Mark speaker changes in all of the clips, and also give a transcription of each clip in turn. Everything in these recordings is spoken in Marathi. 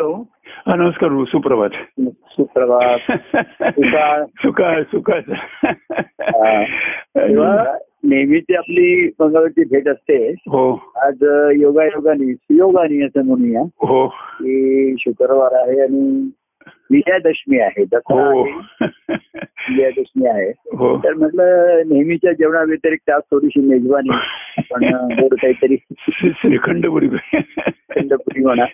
Speaker 1: हॅलो
Speaker 2: हा नमस्कार गुरु, सुप्रभात
Speaker 1: सुप्रभात सुकाळ.
Speaker 2: सुकाळ सुकाळ
Speaker 1: तेव्हा नेहमीची आपली मंगळवारची भेट असते
Speaker 2: हो
Speaker 1: आज योगा योगानी सुयोगानी असं म्हणूया
Speaker 2: हो
Speaker 1: की शुक्रवार आहे आणि विजयादशमी आहे दसरा
Speaker 2: हो
Speaker 1: आहे, विजयादशमी आहे
Speaker 2: हो
Speaker 1: तर म्हटलं नेहमीच्या जेवणाव्यतिरिक्त आज थोडीशी मेजवानी पण गोड काहीतरी
Speaker 2: श्री- श्रीखंड पुरी
Speaker 1: थंड पुरी म्हणा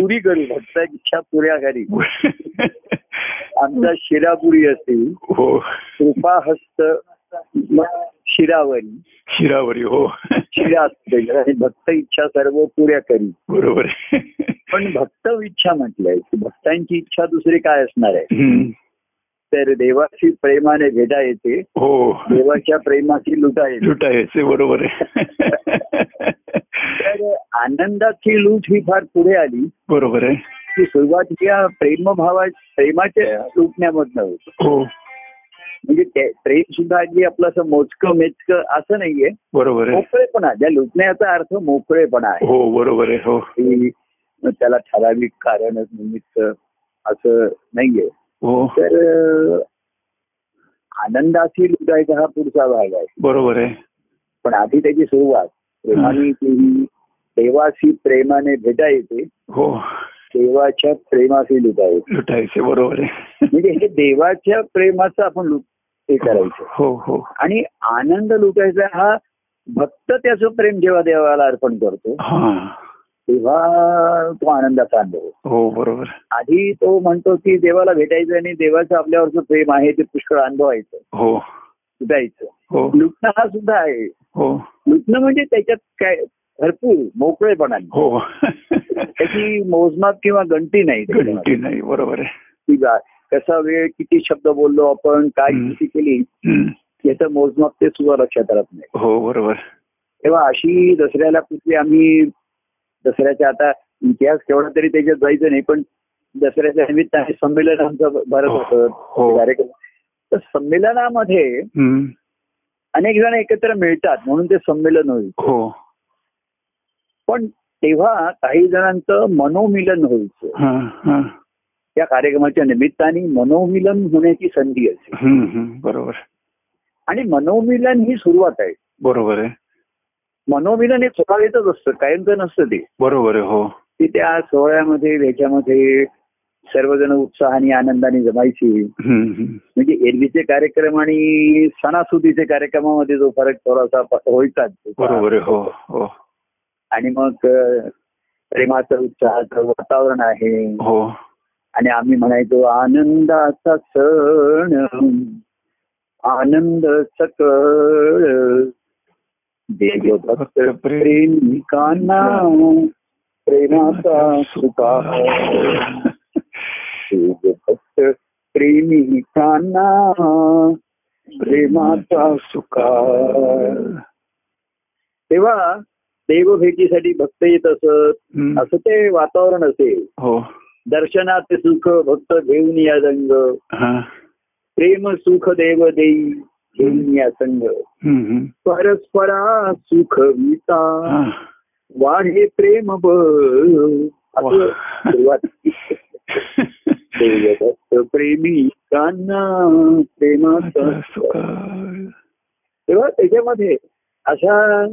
Speaker 1: पुरी करू फक्त इच्छा पुऱ्या घरी आमचा शिरापुरी असते
Speaker 2: हो
Speaker 1: कृपाहस्त म- शिरावरी
Speaker 2: शिरावरी हो
Speaker 1: शिरा असते आणि भक्त इच्छा सर्व पुऱ्या करी
Speaker 2: बरोबर
Speaker 1: पण भक्त इच्छा म्हटलंय की भक्तांची इच्छा दुसरी काय असणार आहे
Speaker 2: हम्म.
Speaker 1: तर देवाशी प्रेमाने भेटा येते
Speaker 2: हो
Speaker 1: देवाच्या प्रेमाशी लुटा येते
Speaker 2: लुटायचे बरोबर आहे
Speaker 1: तर आनंदाची लूट ही फार पुढे आली
Speaker 2: बरोबर आहे
Speaker 1: की सुरुवात या प्रेमभावा प्रेमाच्या लुटण्यामधनं होते
Speaker 2: हो
Speaker 1: म्हणजे ते- प्रेम सुद्धा अगदी आपलं असं मोजकं मेचकं असं नाहीये
Speaker 2: बरोबर आहे
Speaker 1: मोकळेपणा ज्या लुटण्याचा अर्थ मोकळेपणा आहे
Speaker 2: हो बरोबर आहे हो
Speaker 1: की त्याला ठराविक कारण निमित्त असं नाहीये
Speaker 2: हो
Speaker 1: तर अं, आनंदाशी लुटायचा हा पुढचा भाग आहे
Speaker 2: बरोबर आहे
Speaker 1: पण आधी त्याची सुरुवात प्रेमाने केली देवाशी प्रेमाने भेटा येते
Speaker 2: हो
Speaker 1: देवाच्या प्रेमाशी लुटा येते
Speaker 2: लुटायचे बरोबर आहे
Speaker 1: म्हणजे हे देवाच्या प्रेमाचं आपण लुट हे करायचं
Speaker 2: हो हो
Speaker 1: आणि आनंद लुटायचा हा भक्त त्याचं प्रेम जेव्हा देवाला अर्पण करतो
Speaker 2: हा
Speaker 1: तेव्हा तो आनंदाचा अनुभव होतो.
Speaker 2: हो बरोबर
Speaker 1: आधी तो म्हणतो की देवाला भेटायचं आणि देवाचं आपल्यावरचं प्रेम आहे ते पुष्कळ अनुभवायचं
Speaker 2: हो
Speaker 1: लुटायचं
Speaker 2: हो
Speaker 1: लुटणं हा सुद्धा आहे
Speaker 2: हो
Speaker 1: लुटणं म्हणजे त्याच्यात काय भरपूर मोकळेपणाने
Speaker 2: हो
Speaker 1: त्याची मोजमाप किंवा गणती नाही त्याच्यामध्ये.
Speaker 2: गणती नाही बरोबर आहे
Speaker 1: की बा- कसा वेळ किती शब्द बोललो आपण काय
Speaker 2: हं.
Speaker 1: किती केली
Speaker 2: हम्म.
Speaker 1: याचं मोजमाप ते सुद्धा लक्षात राहत नाही
Speaker 2: हो बरोबर
Speaker 1: तेव्हा अशी दसऱ्याला कुठली आम्ही दसऱ्याच्या आता इतिहास केवढा तरी त्याच्यात जायचं नाही पण दसऱ्याच्या निमित्ताने संमेलन आमचं भरत होतं
Speaker 2: हो.
Speaker 1: ते कार्यक्रम तर संमेलनामध्ये
Speaker 2: हम्म.
Speaker 1: अनेक जण एकत्र मिळतात म्हणून ते संमेलन होईल
Speaker 2: हो
Speaker 1: पण तेव्हा काही जणांचं मनोमिलन व्हायचं
Speaker 2: हा, हा.
Speaker 1: या कार्यक्रमाच्या निमित्ताने मनोमिलन होण्याची संधी असते
Speaker 2: हम्म, हम्म. बरोबर
Speaker 1: आणि मनोमिलन ही सुरुवात आहे
Speaker 2: बरोबर आहे
Speaker 1: मनोमिलन हे स्वभावेतच असतं कायमचं नसतं ते
Speaker 2: बरोबर आहे हो
Speaker 1: की त्या सोहळ्यामध्ये ह्याच्यामध्ये सर्वजण उत्साहाने आनंदाने जमायची
Speaker 2: हम्म, हम्म.
Speaker 1: म्हणजे एरवीचे कार्यक्रम आणि सणासुदीचे कार्यक्रमामध्ये जो फरक थोडासा प- व्हायचाच
Speaker 2: बरोबर आहे हो हो
Speaker 1: आणि मग अ, प्रेमाचं उत्साहाचं वातावरण आहे
Speaker 2: हो
Speaker 1: आणि आम्ही म्हणायचो आनंदाचा सण आनंद सकळ देव भक्त प्रेमिकांना प्रेमाचा सुखा भक्त प्रेमिकांना प्रेमाचा सुखा तेव्हा देवभेटीसाठी भक्त येत असत
Speaker 2: हम्म.
Speaker 1: असं ते वातावरण असे
Speaker 2: हो
Speaker 1: दर्शनात सुख भक्त घेऊन या रंग
Speaker 2: हा
Speaker 1: प्रेम सुख देव देई घेऊन या संग
Speaker 2: हम्म, हम्म.
Speaker 1: परस्परा सुख विता
Speaker 2: हा.
Speaker 1: वाढे प्रेम बळ असं
Speaker 2: वा.
Speaker 1: सुरुवात देवदत्त प्रेमिकांना प्रेमाचा
Speaker 2: आता सुकाळ.
Speaker 1: तेव्हा त्याच्यामध्ये अशा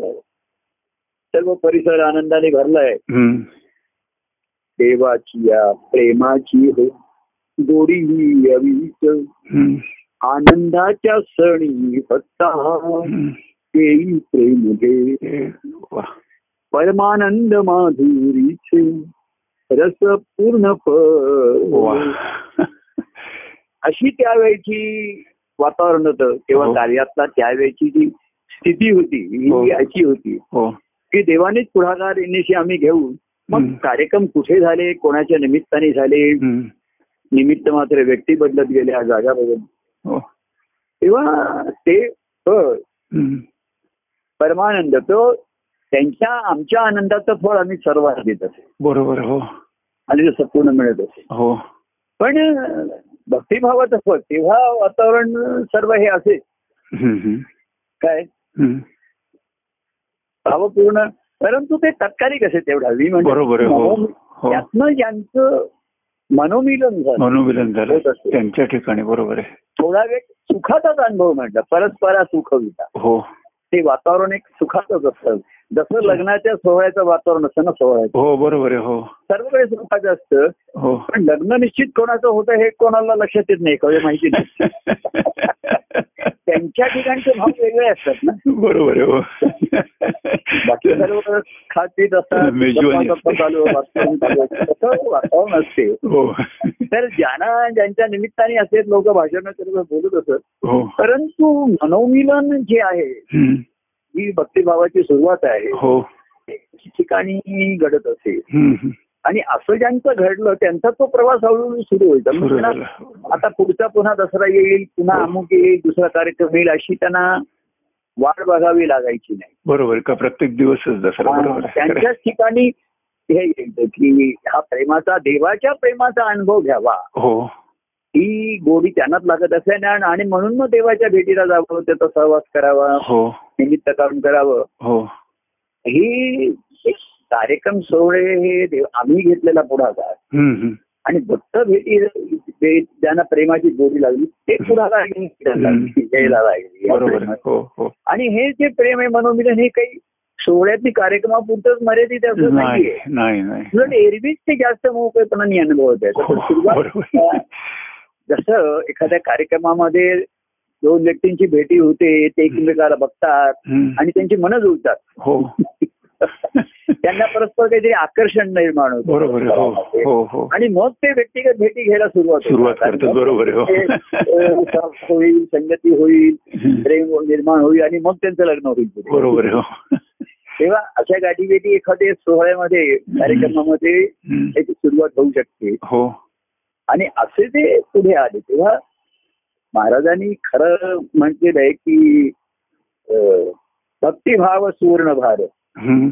Speaker 1: सर्व परिसर आनंदाने भरलाय
Speaker 2: हम्म.
Speaker 1: देवाची या प्रेमाची हो गोडी ही अवीच
Speaker 2: हम्म.
Speaker 1: आनंदाच्या सणी फक्त
Speaker 2: हम्म.
Speaker 1: केई प्रेम दे
Speaker 2: हे, वा.
Speaker 1: परमानंद माधुरीचे रस पूर्ण
Speaker 2: वा.
Speaker 1: प अशी त्यावेळची वातावरण होतं तेव्हा
Speaker 2: हो.
Speaker 1: कार्यातला त्यावेळची जी स्थिती होती
Speaker 2: हो.
Speaker 1: ही अशी होती
Speaker 2: हो
Speaker 1: की देवानेच पुढाकार येण्याशी आम्ही घेऊ मग
Speaker 2: हम्म.
Speaker 1: कार्यक्रम कुठे झाले कोणाच्या निमित्ताने झाले
Speaker 2: हम्म.
Speaker 1: निमित्त मात्र व्यक्ती बदलत गेल्या जागा बदल
Speaker 2: हो
Speaker 1: तेव्हा ते फळ
Speaker 2: हम्म.
Speaker 1: परमानंद तो त्यांच्या आमच्या आनंदाचं फळ आम्ही सर्वांना देत असे
Speaker 2: बरोबर हो
Speaker 1: आणि जसं पूर्ण मिळत असे
Speaker 2: हो
Speaker 1: पण अं, भक्तिभावाचं फळ तेव्हा वातावरण अं, सर्व हे असे
Speaker 2: हम्म, हम्म.
Speaker 1: काय
Speaker 2: हम्म.
Speaker 1: भावपूर्ण परंतु ते तत्कालिक असेल तेवढा मी म्हणजे
Speaker 2: बरोबर आहे, हो.
Speaker 1: मनोम-
Speaker 2: हो.
Speaker 1: त्यातनं ज्यांचं मनोमिलन झालं
Speaker 2: मनोमिलन झालं
Speaker 1: होत असते.
Speaker 2: त्यांच्या ठिकाणी बरोबर आहे
Speaker 1: थोडा वेळ सुखाचाच अनुभव म्हटलं परस्परा सुखविता
Speaker 2: हो
Speaker 1: ते वातावरण एक सुखाचंच असतं जसं लग्नाच्या सोहळ्याचं वातावरण असतं ना सोहळ्याचं
Speaker 2: हो बरोबर आहे हो
Speaker 1: सर्वकडे सुखाचं असतं
Speaker 2: हो
Speaker 1: पण लग्न निश्चित कोणाचं होतं हे कोणाला लक्षात येत नाही कवे माहिती नाही त्यांच्या ठिकाणचे भाव वेगळे असतात ना
Speaker 2: बरोबर आहे हो
Speaker 1: बाकी सर्व खात पीत असतात
Speaker 2: मेजवानी
Speaker 1: गप्पा- गप्पा चालू, वातावरण चालू असतं. तसं वातावरण असते
Speaker 2: हो
Speaker 1: तर ज्यांना ज्यांच्या निमित्ताने असे लोक भाषण करत बोलत असत
Speaker 2: हो
Speaker 1: परंतु मनोमिलन जे आहे
Speaker 2: हम्म.
Speaker 1: ही भक्तिभावाची सुरुवात आहे
Speaker 2: हो
Speaker 1: ठिकाणी घडत असे
Speaker 2: हम्म, हम्म.
Speaker 1: आणि असं ज्यांचं घडलं त्यांचा तो प्रवास हळूहळू सुरू होईल त्यामुळे
Speaker 2: सुरू
Speaker 1: त्यांना
Speaker 2: झालं.
Speaker 1: आता पुढचा पुन्हा दसरा येईल पुन्हा
Speaker 2: हो.
Speaker 1: अमुक येईल दुसरा कार्यक्रम येईल अशी त्यांना वाट बघावी लागायची नाही
Speaker 2: बरोबर आहे का प्रत्येक दिवसच दसरा बरोबर आहे खरं
Speaker 1: त्यांच्याच
Speaker 2: आहे.
Speaker 1: ठिकाणी हे येतं की हा प्रेमाचा देवाच्या प्रेमाचा अनुभव घ्यावा
Speaker 2: हो
Speaker 1: ही गोडी त्यांनाच लागत असे आणि आणि म्हणून मग देवाच्या भेटीला जावं त्याचा सहवास करावा
Speaker 2: हो
Speaker 1: निमित्त कारण करावं
Speaker 2: हो
Speaker 1: ही एक कार्यक्रम सोहळे हे देव आम्ही घेतलेला पुढाकार
Speaker 2: हम्म, हम्म.
Speaker 1: आणि भक्त भेटी जे ज्यांना प्रेमाची गोडी लागली ते पुढाकार घेऊन फिरायला लागले, यायला लागले या
Speaker 2: बरोबर आहे.
Speaker 1: प्रेमात.
Speaker 2: हो हो
Speaker 1: आणि हे जे प्रेम आहे मनोमिलन हे काही सोहळ्यातली कार्यक्रमापुरतच मर्यादित असं
Speaker 2: नाही
Speaker 1: नाहीये
Speaker 2: नाही हो, नाही
Speaker 1: उलट एरवीच ते जास्त मोकळेपणाने अनुभवत
Speaker 2: हो,
Speaker 1: आहे
Speaker 2: बरोबर.
Speaker 1: सुरुवात जसं एखाद्या कार्यक्रमामध्ये दोन व्यक्तींची भेटी होते ते एकमेकाला बघतात
Speaker 2: हम्म.
Speaker 1: आणि त्यांची मनं जुळतात
Speaker 2: हो
Speaker 1: त्यांना परस्पर काहीतरी आकर्षण निर्माण
Speaker 2: बरोबर आहे. हो
Speaker 1: होतं
Speaker 2: हो हो
Speaker 1: आणि मग ते व्यक्तिगत भेटी घ्यायला सुरुवात होतात.
Speaker 2: सुरुवात करतात.
Speaker 1: आणि मग
Speaker 2: बरोबर आहे. हो.
Speaker 1: ते, अ, सहवास होईल संगती होईल
Speaker 2: हम्म.
Speaker 1: प्रेम निर्माण होईल आणि मग त्यांचं लग्न होईल पुढे.
Speaker 2: बरोबर आहे. हो
Speaker 1: तेव्हा अशा गाठी भेटी एखाद्या सोहळ्यामध्ये कार्यक्रमामध्ये
Speaker 2: हम्म.
Speaker 1: याची सुरुवात होऊ शकते
Speaker 2: हो
Speaker 1: आणि असे जे पुढे आले तेव्हा महाराजांनी खरं म्हटलेलं आहे की अ, भक्तिभाव सुवर्ण भार
Speaker 2: हम्म.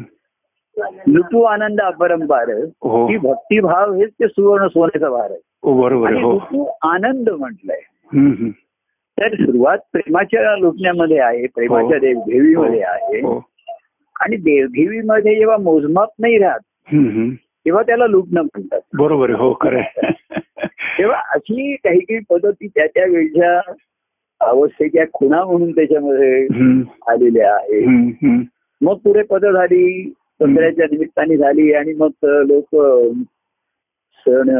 Speaker 1: लुटू आनंद अपरंपार
Speaker 2: हो
Speaker 1: की भक्तिभाव हेच ते सुवर्ण सोन्याचा भार आहे
Speaker 2: हो, बरोबर
Speaker 1: आणि
Speaker 2: आहे. हो
Speaker 1: लुटू आनंद म्हटलंय
Speaker 2: हम्म, हम्म.
Speaker 1: तर सुरुवात प्रेमाच्या लुटण्यामध्ये आहे प्रेमाच्या
Speaker 2: हो.
Speaker 1: देवघेवीमध्ये आहे
Speaker 2: हो
Speaker 1: आणि देवघेवीमध्ये जेव्हा मोजमाप नाही राहत
Speaker 2: हम्म, हम्म.
Speaker 1: तेव्हा त्याला लुटणं म्हणतात
Speaker 2: बरोबर आहे. हो खरं आहे.
Speaker 1: तेव्हा अशी काही काही पद्धती त्या त्या वेळच्या अवस्थेच्या खुणा म्हणून त्याच्यामध्ये
Speaker 2: हम्म.
Speaker 1: आलेल्या आहे
Speaker 2: हम्म, हम्म.
Speaker 1: मग पुढे पद झाली दसऱ्याच्या निमित्ताने झाली आणि मग लोक सण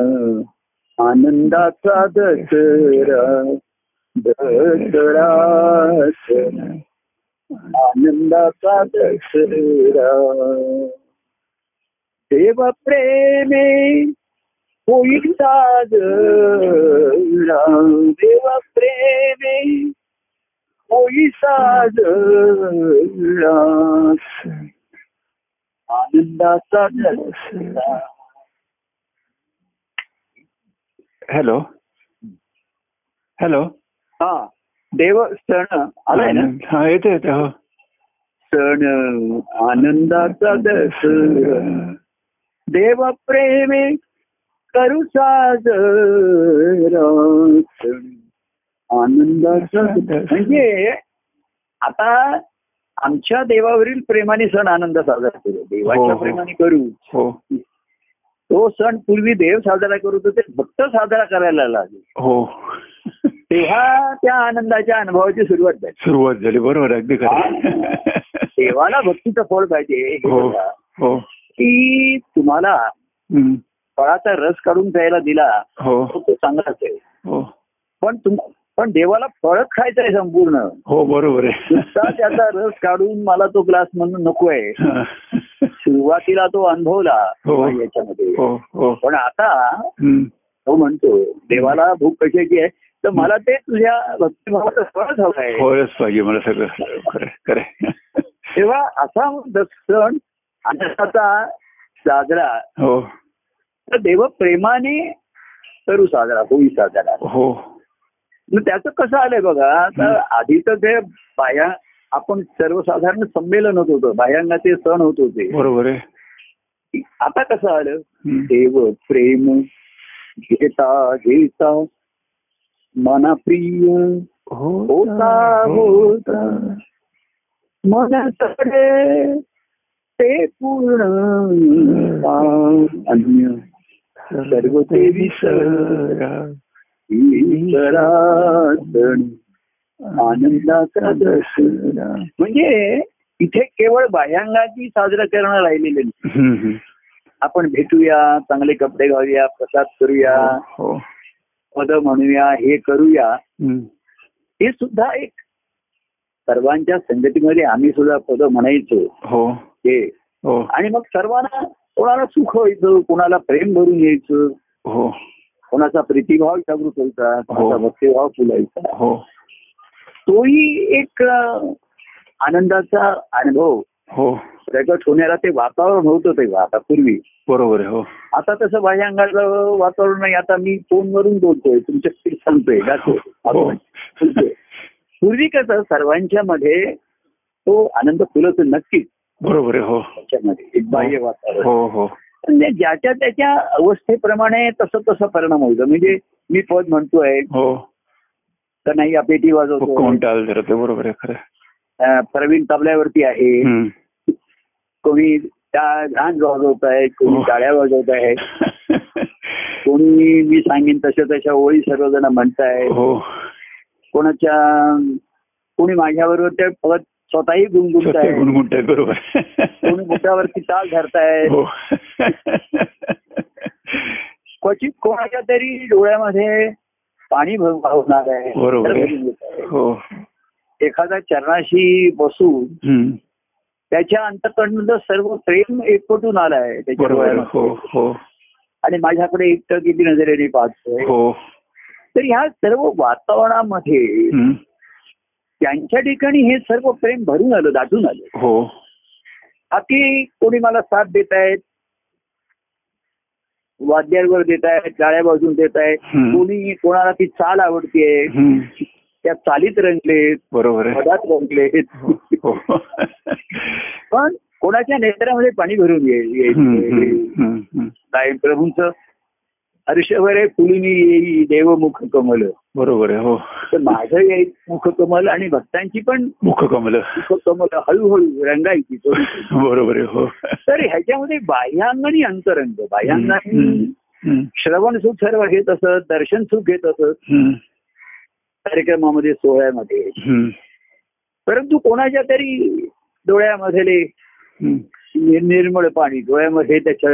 Speaker 1: आनंदाचा दसरा दसरा सण आनंदाचा दसरा देव प्रेमे होईल साजरा देव प्रेमे होई साजरा आनंदाचा दसरा
Speaker 2: हॅलो हॅलो
Speaker 1: हा देव सण आलाय ना
Speaker 2: आनंद. हा येते येते हो
Speaker 1: सण आनंदाचा दसरा देव प्रेमे करू साजरा सण आनंदाचा दसरा. म्हणजे आता आमच्या देवावरील प्रेमाने सण आनंद साजरा करू
Speaker 2: हो,
Speaker 1: देवाच्या
Speaker 2: हो.
Speaker 1: प्रेमाने करू
Speaker 2: हो
Speaker 1: तो सण पूर्वी देव साजरा करत होते भक्त साजरा करायला लागले
Speaker 2: हो
Speaker 1: तेव्हा त्या आनंदाच्या अनुभवाची सुरुवात झाली
Speaker 2: सुरुवात झाली बरोबर आहे. अगदी खरं आहे.
Speaker 1: देवाला भक्तीचं फळ पाहिजे हे
Speaker 2: हो
Speaker 1: बघा.
Speaker 2: हो
Speaker 1: की तुम्हाला
Speaker 2: हम्म.
Speaker 1: फळाचा रस काढून प्यायला दिला
Speaker 2: हो
Speaker 1: तर तो चांगलाच आहे
Speaker 2: हो
Speaker 1: पण तुम पण देवाला फळच खायचं आहे संपूर्ण
Speaker 2: हो बरोबर
Speaker 1: नुसता
Speaker 2: आहे
Speaker 1: त्याचा रस काढून मला तो ग्लास म्हणून नको आहे
Speaker 2: हा.
Speaker 1: सुरुवातीला तो अनुभवला
Speaker 2: हो.
Speaker 1: याच्यामध्ये
Speaker 2: हो हो
Speaker 1: पण आता
Speaker 2: हम्म.
Speaker 1: तो म्हणतो देवाला भूक कशाची आहे तर मला ते तुझ्या भक्तिभावाचा फळच हवं आहे
Speaker 2: होयच पाहिजे मला सगळं खरं आहे, खरं आहे.
Speaker 1: तेव्हा असा द- सण आनंदाचा साजरा
Speaker 2: हो
Speaker 1: तर देव प्रेमाने करू साजरा होई साजरा
Speaker 2: हो
Speaker 1: मग त्याचं कसं आलंय बघा तर आधी तर ते बाया आपण सर्वसाधारण संमेलन होत होतं बायांचे सण होत होते
Speaker 2: बरोबर आहे
Speaker 1: आता कसं आलं
Speaker 2: हम्म.
Speaker 1: देव प्रेम घेता घेता मना प्रिय
Speaker 2: हो,
Speaker 1: होता होता मन तडे ते पूर्ण अन्य सर्व ते विसरा सण आनंदाचा दसरा म्हणजे इथे केवळ बाह्यांगाची साजरा करणं राहिलेलं नाही
Speaker 2: हम्म, हम्म.
Speaker 1: आपण भेटूया चांगले कपडे घालूया प्रसाद करूया
Speaker 2: हो
Speaker 1: पद म्हणूया हे करूया
Speaker 2: हम्म.
Speaker 1: हे सुद्धा एक सर्वांच्या संगतीमध्ये आम्ही सुद्धा पद म्हणायचो
Speaker 2: हो
Speaker 1: हे
Speaker 2: हो
Speaker 1: आणि मग सर्वांना कोणाला सुख व्हायचं कोणाला प्रेम भरून यायचं
Speaker 2: हो
Speaker 1: कोणाचा प्रीतिभाव जागृत व्हायचा कोणाचा भक्तिभाव फुलायचा
Speaker 2: हो
Speaker 1: तोही एक अं, आनंदाचा अनुभव
Speaker 2: हो
Speaker 1: प्रगट होण्याला ते वातावरण होतं तेव्हा आता पूर्वी
Speaker 2: बरोबर आहे हो
Speaker 1: आता तसं बाह्यांगाला वातावरण नाही आता मी फोनवरून बोलतोय तुमच्या सांगतोय
Speaker 2: हो.
Speaker 1: गातो. आपण बोलतोय. पूर्वी कसं सर्वांच्या मध्ये तो आनंद फुलत नक्कीच
Speaker 2: बरोबर आहे हो
Speaker 1: त्याच्यामध्ये एक बाह्य वातावरण
Speaker 2: हो हो
Speaker 1: पण ते ज्याच्या त्याच्या अवस्थेप्रमाणे तसं तसा परिणाम होतो म्हणजे मी पद म्हणतोय
Speaker 2: हो
Speaker 1: तर नाही या पेटी
Speaker 2: हो,
Speaker 1: वाजवतो
Speaker 2: कोणताल जरा ते बरोबर आहे खरं आहे.
Speaker 1: अं, प्रवीण तबल्यावरती आहे
Speaker 2: हम्म.
Speaker 1: कोणी त्या झांज वाजवत आहे कोणी
Speaker 2: हो.
Speaker 1: टाळ्या वाजवत आहे कोणी मी सांगेन तशा तशा ओळी सर्वजण म्हणताय
Speaker 2: हो
Speaker 1: कोणाच्या कोणी माझ्याबरोबर ते पद स्वतःही गुणगुणत
Speaker 2: स्वतः
Speaker 1: आहे
Speaker 2: गुणगुणत आहे बरोबर
Speaker 1: कोणी मुठावरती ताल धरताय
Speaker 2: हो
Speaker 1: क्वचित कोणाच्या तरी डोळ्यामध्ये पाणी भर- वाहणार आहे
Speaker 2: बरोबर आहे.
Speaker 1: तर गुणगुणत आहे.
Speaker 2: हो
Speaker 1: एखादा चरणाशी बसून
Speaker 2: हम्म.
Speaker 1: त्याच्या अंतकंड सर्व प्रेम एकवटून आलाय त्याच्या
Speaker 2: बरोबर आहे.
Speaker 1: डोळ्यामध्ये.
Speaker 2: हो हो
Speaker 1: आणि माझ्याकडे एकटं किती नजरेने पाहतोय
Speaker 2: हो
Speaker 1: तर ह्या सर्व वातावरणामध्ये
Speaker 2: हम्म.
Speaker 1: त्यांच्या ठिकाणी हे सर्व प्रेम भरून आलं दाटून आलं
Speaker 2: हो
Speaker 1: अति कोणी मला साथ देत आहेत वाद्यांवर देत आहेत गाळ्या बाजून देत आहेत
Speaker 2: हम्म.
Speaker 1: कोणी कोणाला ती चाल आवडतीये
Speaker 2: हम्म.
Speaker 1: त्या चालीत रंगलेत
Speaker 2: बरोबर आहे
Speaker 1: पदात
Speaker 2: हो
Speaker 1: रंगलेत
Speaker 2: हो.
Speaker 1: पण कोणाच्या नेत्रामध्ये पाणी भरून येईल
Speaker 2: हम्म, हम्म,
Speaker 1: यायचे
Speaker 2: हम्म, हम्म.
Speaker 1: काय प्रभूंचं हर्षभरे फुलिनी येई देवमुख कमल
Speaker 2: बरोबर आहे हो
Speaker 1: तर माझं येईल मुख कमल आणि भक्तांची पण
Speaker 2: मुख कमल
Speaker 1: मुख कमल हळूहळू रंगायची थोडीशी.
Speaker 2: बरोबर आहे हो
Speaker 1: तर ह्याच्यामध्ये बाह्यांग आणि अंतरंग बाह्यांग
Speaker 2: हम्म,
Speaker 1: आणि
Speaker 2: हम्म,
Speaker 1: श्रवण सुख सर्व घेत असत दर्शन सुख घेत असत
Speaker 2: हम्म,
Speaker 1: कार्यक्रमामध्ये सोहळ्यामध्ये
Speaker 2: हम्म,
Speaker 1: परंतु कोणाच्या तरी डोळ्यामध्ये
Speaker 2: हम्म.
Speaker 1: निर्मळ पाणी डोळ्यामध्ये त्याच्या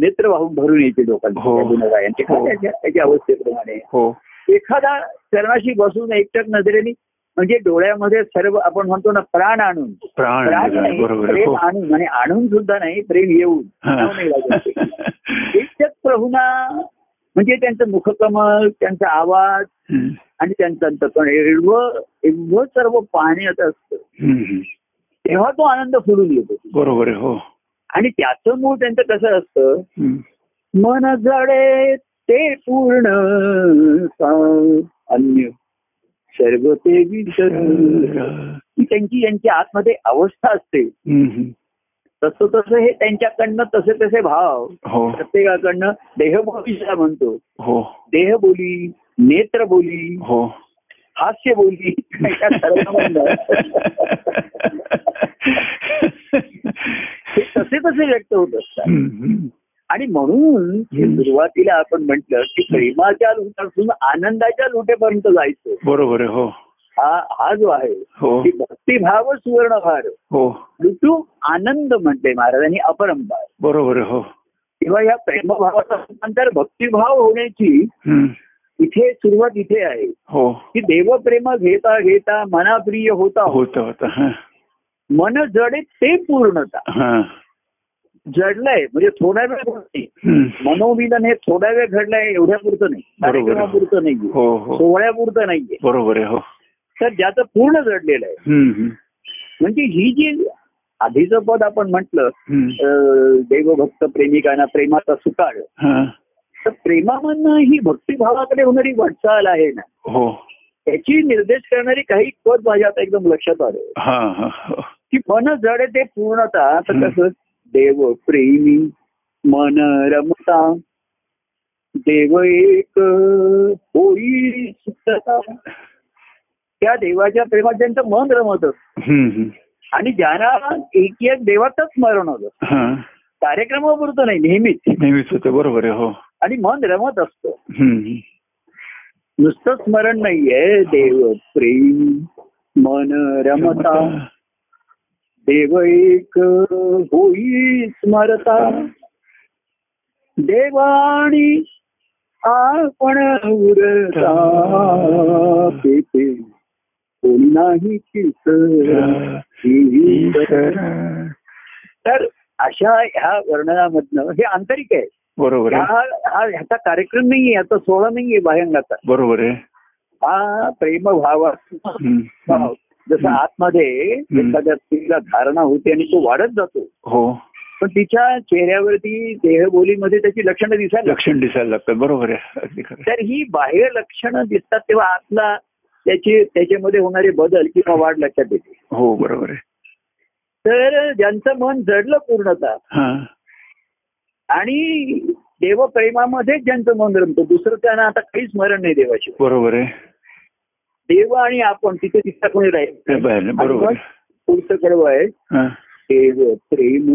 Speaker 1: नेत्र वाहून भरून यायचे लोकांना
Speaker 2: हो.
Speaker 1: त्या गुणगायांचे.
Speaker 2: हो.
Speaker 1: त्याच्या त्याच्या अवस्थेप्रमाणे
Speaker 2: हो
Speaker 1: एखादा चरणाशी बसून एकटक नजरेने म्हणजे डोळ्यामध्ये सर्व आपण म्हणतो ना प्राण आणून
Speaker 2: प्राण
Speaker 1: प्राण
Speaker 2: आहे,
Speaker 1: नाही
Speaker 2: बरोबर आहे
Speaker 1: प्रेम
Speaker 2: हो
Speaker 1: आणून आणि आणून सुद्धा नाही प्रेम येऊन नाही लागत. एकटक प्रभूंना म्हणजे त्यांचं मुखकमल त्यांचा आवाज
Speaker 2: हम्म,
Speaker 1: आणि त्यांचं अंतकण एवढं एवढं सर्व पाहण्यात असतं
Speaker 2: हम्म.
Speaker 1: तेव्हा तो आनंद फुलून येतो
Speaker 2: बरोबर आहे हो
Speaker 1: आणि त्याचं मूळ त्यांचं कसं असतं
Speaker 2: हम्म.
Speaker 1: मन जडे ते पूर्ण सा- अन्य सर्व ते विसर ही त्यांची यांच्या आतमध्ये अवस्था असते
Speaker 2: हम्म,
Speaker 1: तसं तसं हे त्यांच्याकडनं तसे तसे भाव
Speaker 2: हो
Speaker 1: प्रत्येकाकडनं देहबोलीला म्हणतो
Speaker 2: हो
Speaker 1: देहबोली नेत्रबोली
Speaker 2: हो
Speaker 1: हास्य बोली या सर्वांना हे तसे तसे व्यक्त होत असतात
Speaker 2: हम्म, हम्म.
Speaker 1: आणि म्हणून हे
Speaker 2: हम्म.
Speaker 1: सुरुवातीला आपण म्हटलं की प्रेमाच्या लुटापासून आनंदाच्या लुटेपर्यंत जायचं
Speaker 2: बरोबर आहे हो
Speaker 1: हा हा जो आहे
Speaker 2: हो
Speaker 1: की भक्तिभाव सुवर्णभार
Speaker 2: हो
Speaker 1: लुटू आनंद म्हणते महाराजांनी अपरंपार
Speaker 2: बरोबर आहे हो
Speaker 1: तेव्हा या प्रेमभावाचा रूपांतर भक्तिभाव होण्याची
Speaker 2: हम्म,
Speaker 1: इथे सुरुवात इथे आहे
Speaker 2: हो
Speaker 1: की देवप्रेम घेता घेता मनाप्रिय होता
Speaker 2: होता होता हा
Speaker 1: मन जडे ते पूर्णता
Speaker 2: हा
Speaker 1: जडलंय म्हणजे थोड्या वेळ नाही
Speaker 2: हम्म.
Speaker 1: मनोमिलन हे थोडा वेळ घडलंय एवढ्यापुरतं नाही
Speaker 2: बरोबर.
Speaker 1: कार्यक्रमापुरतं नाहीये
Speaker 2: हो हो
Speaker 1: सोहळ्यापुरतं नाहीये
Speaker 2: बरोबर आहे हो
Speaker 1: तर ज्याचं पूर्ण जडलेलं आहे
Speaker 2: हम्म, हम्म,
Speaker 1: म्हणजे ही जी आधीचं पद आपण म्हटलं
Speaker 2: हम्म.
Speaker 1: देवभक्त प्रेमिकांना प्रेमाचा सुकाळ
Speaker 2: हा
Speaker 1: तर प्रेमामधनं ही भक्तिभावाकडे होणारी वाटचाल आहे ना
Speaker 2: हो
Speaker 1: त्याची निर्देश करणारी काही पद माझ्या आता एकदम लक्षात आलं
Speaker 2: हा हा हो.
Speaker 1: की मन जड ते पूर्णता तर
Speaker 2: हं.
Speaker 1: कसं देव प्रेमी मन रमता देव एक होई सुखता. त्या देवाच्या प्रेमात ज्यांचं मन रमत असतं
Speaker 2: हम्म, हम्म.
Speaker 1: आणि ज्यांना एक एक देवातच स्मरण होतं
Speaker 2: हा.
Speaker 1: कार्यक्रमापुरतं नाही नेहमीच
Speaker 2: नेहमीच होतं बरोबर आहे हो
Speaker 1: आणि मन रमत असतं
Speaker 2: हम्म.
Speaker 1: नुसतं स्मरण नाहीये देव प्रेम मन रमता देव एक होई स्मरता देवाणी आपण उरता तेथे कोणी नाही किस
Speaker 2: ईश्वर.
Speaker 1: तर अशा ह्या वर्णनामधनं हे आंतरिक आहे
Speaker 2: बरोबर आहे
Speaker 1: हा हा ह्याचा कार्यक्रम नाहीये याचा सोहळा नाहीये बाह्यांगाचा
Speaker 2: बरोबर आहे
Speaker 1: हा प्रेमभाव
Speaker 2: हम्म.
Speaker 1: भाव जसा आतमध्ये
Speaker 2: हम्म.
Speaker 1: एखाद्या स्त्रीला धारणा होते आणि तो वाढत जातो
Speaker 2: हो
Speaker 1: पण तिच्या चेहऱ्यावरती देहबोलीमध्ये त्याची लक्षणं दिसायला लागतात.
Speaker 2: लक्षण दिसायला लागतात बरोबर आहे अगदी खरं आहे.
Speaker 1: तर ही बाह्य लक्षणं दिसतात तेव्हा आतला त्याची त्याच्यामध्ये होणारे बदल किंवा वाढ लक्षात येते
Speaker 2: हो बरोबर आहे
Speaker 1: तर ज्यांचं मन जडलं पूर्णतः
Speaker 2: हा
Speaker 1: आणि देवप्रेमामध्येच ज्यांचं मन रमतं दुसरं त्यांना आता काहीच स्मरण नाही देवाशिवाय
Speaker 2: बरोबर आहे
Speaker 1: देव आणि आपण तिथे तिथं कोणी
Speaker 2: ते
Speaker 1: राहील
Speaker 2: बाहेर बरोबर आहे
Speaker 1: पुढचं कडव आहे
Speaker 2: हा.
Speaker 1: देव प्रेम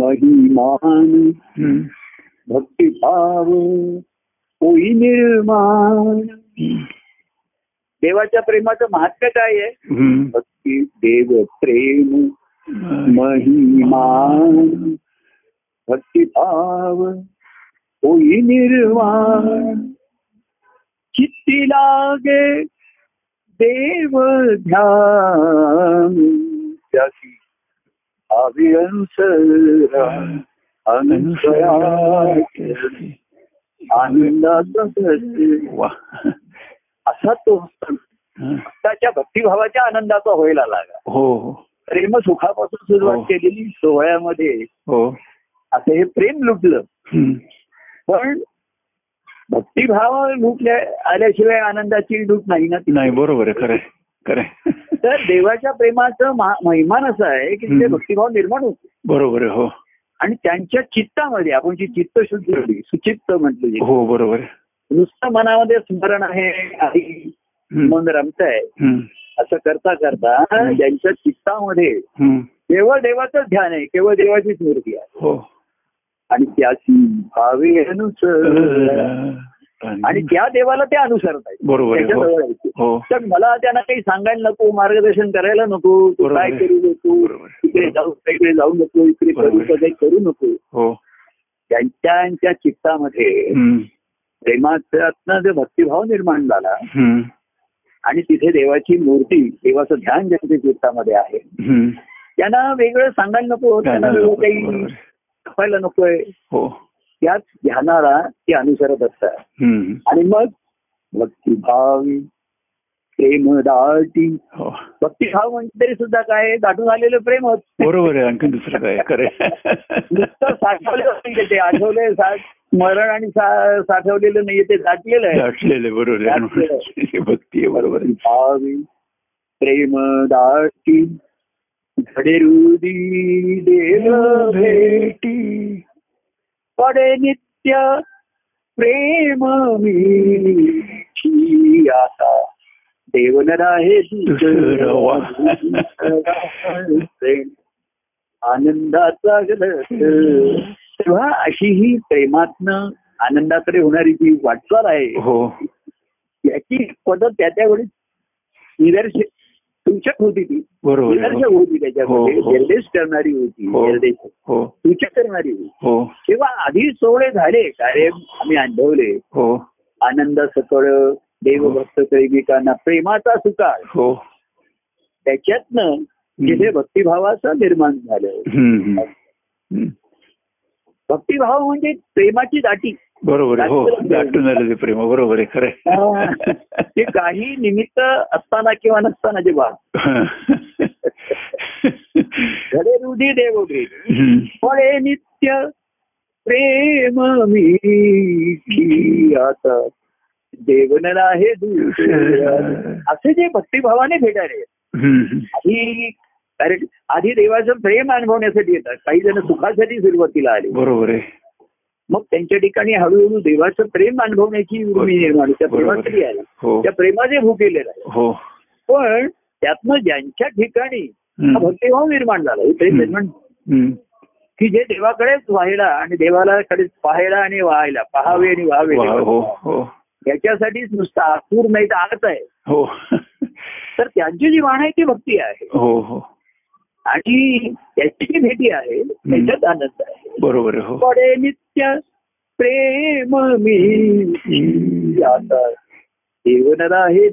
Speaker 1: महिमान
Speaker 2: हम्म.
Speaker 1: भक्तिभाव होई निर्माण देवाच्या प्रेमाचं महात्म्य काय आहे
Speaker 2: हम्म.
Speaker 1: भक्ती देव प्रेम महिमान भक्तिभाव होई निर्वाण चित्ती लागे देव ध्यान त्याची भावी अनुसरा अनुसरा आनंदाचा सत्य.
Speaker 2: वा
Speaker 1: असा तो सण
Speaker 2: हा.
Speaker 1: भक्ताच्या भक्तिभावाच्या आनंदाचा होईल लागा
Speaker 2: हो हो
Speaker 1: प्रेम सुखापासून सुरुवात
Speaker 2: हो.
Speaker 1: केलेली सोहळ्यामध्ये
Speaker 2: हो
Speaker 1: असं हे प्रेम लुटलं
Speaker 2: हम्म.
Speaker 1: पण भक्तिभाव लुटल्या आल्याशिवाय आनंदाची लूट नाही ना ती
Speaker 2: नाही बरोबर आहे खरं आहे खरं आहे.
Speaker 1: तर देवाच्या प्रेमाचं महा- महिमान असं आहे की ते
Speaker 2: हम्म.
Speaker 1: भक्तिभाव निर्माण होतो
Speaker 2: बरोबर आहे हो
Speaker 1: आणि त्यांच्या चित्तामध्ये आपण जी चित्त शुद्धी होती सुचित्त म्हटलं जे
Speaker 2: हो बरोबर आहे
Speaker 1: नुसतं मनामध्ये स्मरण आहे आई
Speaker 2: हम्म.
Speaker 1: मन रमताय
Speaker 2: हम्म.
Speaker 1: असं करता करता
Speaker 2: हम्म.
Speaker 1: ज्यांच्या चित्तामध्ये
Speaker 2: हम्म.
Speaker 1: केवळ देवाचं ध्यान आहे केवळ देवाचीच मूर्ती आहे
Speaker 2: हो
Speaker 1: आणि त्याची भावे अनुसर आणि त्या देवाला ते अनुसरत आहेत
Speaker 2: बरोबर आहे हो
Speaker 1: त्याच्याजवळ आहेत.
Speaker 2: हो
Speaker 1: तर मला त्यांना काही सांगायला नको मार्गदर्शन करायला नको तू
Speaker 2: बरोबर
Speaker 1: काय
Speaker 2: आहे.
Speaker 1: करू नको
Speaker 2: बरोबर आहे.
Speaker 1: इकडे जाऊ इकडे जाऊ नको इकडे
Speaker 2: बरोबर
Speaker 1: करू
Speaker 2: आहे.
Speaker 1: तर काही करू नको
Speaker 2: हो
Speaker 1: त्यांच्या चित्तामध्ये
Speaker 2: हम्म.
Speaker 1: प्रेमातनं जो भक्तिभाव निर्माण झाला
Speaker 2: हम्म.
Speaker 1: आणि तिथे देवाची मूर्ती देवाचं ध्यान ज्यांच्या चित्तामध्ये आहे
Speaker 2: हम्म.
Speaker 1: त्यांना वेगळं सांगायला नको त्यांना वेगळं काही
Speaker 2: बरोबर आहे.
Speaker 1: कळायला नकोय
Speaker 2: हो
Speaker 1: त्याच ध्यानाला ते अनुसरत असतात
Speaker 2: हम्म.
Speaker 1: आणि मग भक्तिभाव प्रेम दाटी
Speaker 2: हो
Speaker 1: भक्तिभाव म्हणजे तरी सुद्धा काय दाटून आलेलं प्रेम होत
Speaker 2: बरोबर आहे आणखी दुसरं काय आहे? खरं
Speaker 1: नुसतं
Speaker 2: आहे.
Speaker 1: साठवलेलं नाहीये ते आठवले सा- स्मरण आणि सा- साठवलेलं नाहीये ते दाटलेलं आहे
Speaker 2: दाटलेलं आहे, बरोबर आहे भक्ती आहे बरोबर आहे
Speaker 1: भावी प्रेम दाटी घडेरुदी देव भेट
Speaker 2: भेटी
Speaker 1: पडे नित्य प्रेम मी आता देवन राहे दुसरा. आनंदाचा गलस. तेव्हा अशी ही प्रेमातनं आनंदाकडे होणारी जी वाटचाल आहे
Speaker 2: हो
Speaker 1: याची पद्धत त्या त्यावेळी निदर्श सूचक होती ती
Speaker 2: बरोबर आहे,
Speaker 1: निदर्शक होती त्याच्यामध्ये
Speaker 2: हो, हो.
Speaker 1: निर्देश करणारी होती
Speaker 2: हो.
Speaker 1: निर्देश
Speaker 2: हो
Speaker 1: सूचक करणारी होती
Speaker 2: हो
Speaker 1: तेव्हा आधी सोहळे झाले कार्य आम्ही अनुभवले
Speaker 2: हो
Speaker 1: आनंद सकळ देवभक्त प्रेमिकांना प्रेमाचा सुकाळ
Speaker 2: हो
Speaker 1: त्याच्यातनं जिथे भक्तिभावाचं निर्माण झालं
Speaker 2: हम्म, हम्म. हम्म.
Speaker 1: भक्तिभाव म्हणजे प्रेमाची दाटी
Speaker 2: बरोबर आहे हो दाटून आलं ते प्रेम बरोबर आहे खरं आहे.
Speaker 1: ते काही निमित्त असताना किंवा नसताना जे वा घडे रुधी देव भेट
Speaker 2: हम्म.
Speaker 1: फळे नित्य प्रेम मी आता देवनला हे असे जे भक्तिभावाने भेटायला
Speaker 2: हम्म.
Speaker 1: ही कारण आधी देवाचं प्रेम अनुभवण्यासाठी येतात काही जण सुखासाठी सुरुवातीला आले
Speaker 2: बरोबर आहे
Speaker 1: मग त्यांच्या ठिकाणी हळूहळू देवाचं प्रेम अनुभवण्याची उर्मी निर्माण होते. त्या प्रेमासाठी आली
Speaker 2: हो
Speaker 1: त्या प्रेमाने भुकेलेलं आहे
Speaker 2: हो
Speaker 1: पण त्यातनं ज्यांच्या ठिकाणी
Speaker 2: हम्म.
Speaker 1: हा भक्तिभाव निर्माण झाला हे
Speaker 2: हम्म.
Speaker 1: statement
Speaker 2: हम्म.
Speaker 1: की जे देवाकडेच व्हायला आणि देवाला कडेच पाहायला आणि व्हायला पहावे आणि व्हावे
Speaker 2: वा, हो हो
Speaker 1: याच्यासाठीच नुसता आतूर नाही तर आत आहे
Speaker 2: हो
Speaker 1: तर त्यांची जी वाण आहे ती भक्ती आहे
Speaker 2: हो हो
Speaker 1: आणि त्याची जी भेटी आहे त्याच्यात आनंद आहे
Speaker 2: बरोबर आहे, हो
Speaker 1: पडे नित्य प्रेम मी आता जीवनला हे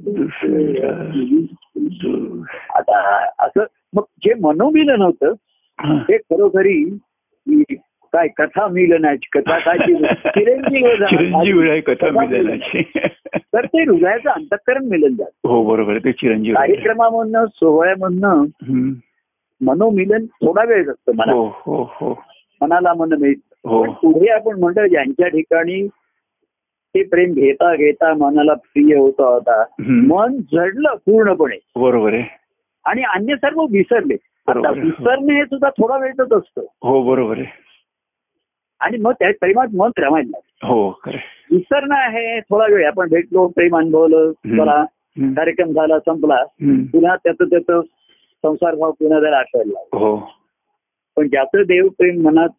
Speaker 1: दुसऱ्या.
Speaker 2: तू-
Speaker 1: आता असं मग जे मनोमिलन होतं
Speaker 2: हा.
Speaker 1: हे खरोखरी ही काय कथा मिलनाची कथा काय ती चिरंजीव झाला.
Speaker 2: चिरंजीव आहे कथा मिळाल्याची
Speaker 1: तर ते हृदयाचं अंतःकरण मिलन झालं
Speaker 2: हो बरोबर आहे, ते चिरंजीव आहे.
Speaker 1: कार्यक्रमामधनं सोहळ्यामधनं
Speaker 2: हम्म.
Speaker 1: मनोमिलन थोडा वेळ लागतो मला
Speaker 2: हो हो हो
Speaker 1: मनाला मन मिळतं
Speaker 2: हो.
Speaker 1: पण पुढे आपण म्हणतो ज्यांच्या ठिकाणी ते प्रेम घेता घेता मनाला प्रिय होता होता
Speaker 2: हम्म.
Speaker 1: मन जडलं पूर्णपणे
Speaker 2: बरोबर आहे
Speaker 1: आणि अन्य सर्व विसरले आता
Speaker 2: बरोबर.
Speaker 1: विसरणे हे सुद्धा थोडा वेळच असतं
Speaker 2: हो बरोबर आहे
Speaker 1: आणि मग त्या प्रेमात मन रमायला लागतं.
Speaker 2: हो खरं आहे.
Speaker 1: विसरणं आहे थोडा वेळ आपण भेटलो प्रेम अनुभवलं
Speaker 2: हम्म.
Speaker 1: चला
Speaker 2: हम्म.
Speaker 1: कार्यक्रम झाला संपला
Speaker 2: हम्म.
Speaker 1: पुन्हा त्याचं त्याचं संसार भाव पुन्हा त्याला आठवायला लागला
Speaker 2: हो
Speaker 1: पण ज्याचं देवप्रेम मनात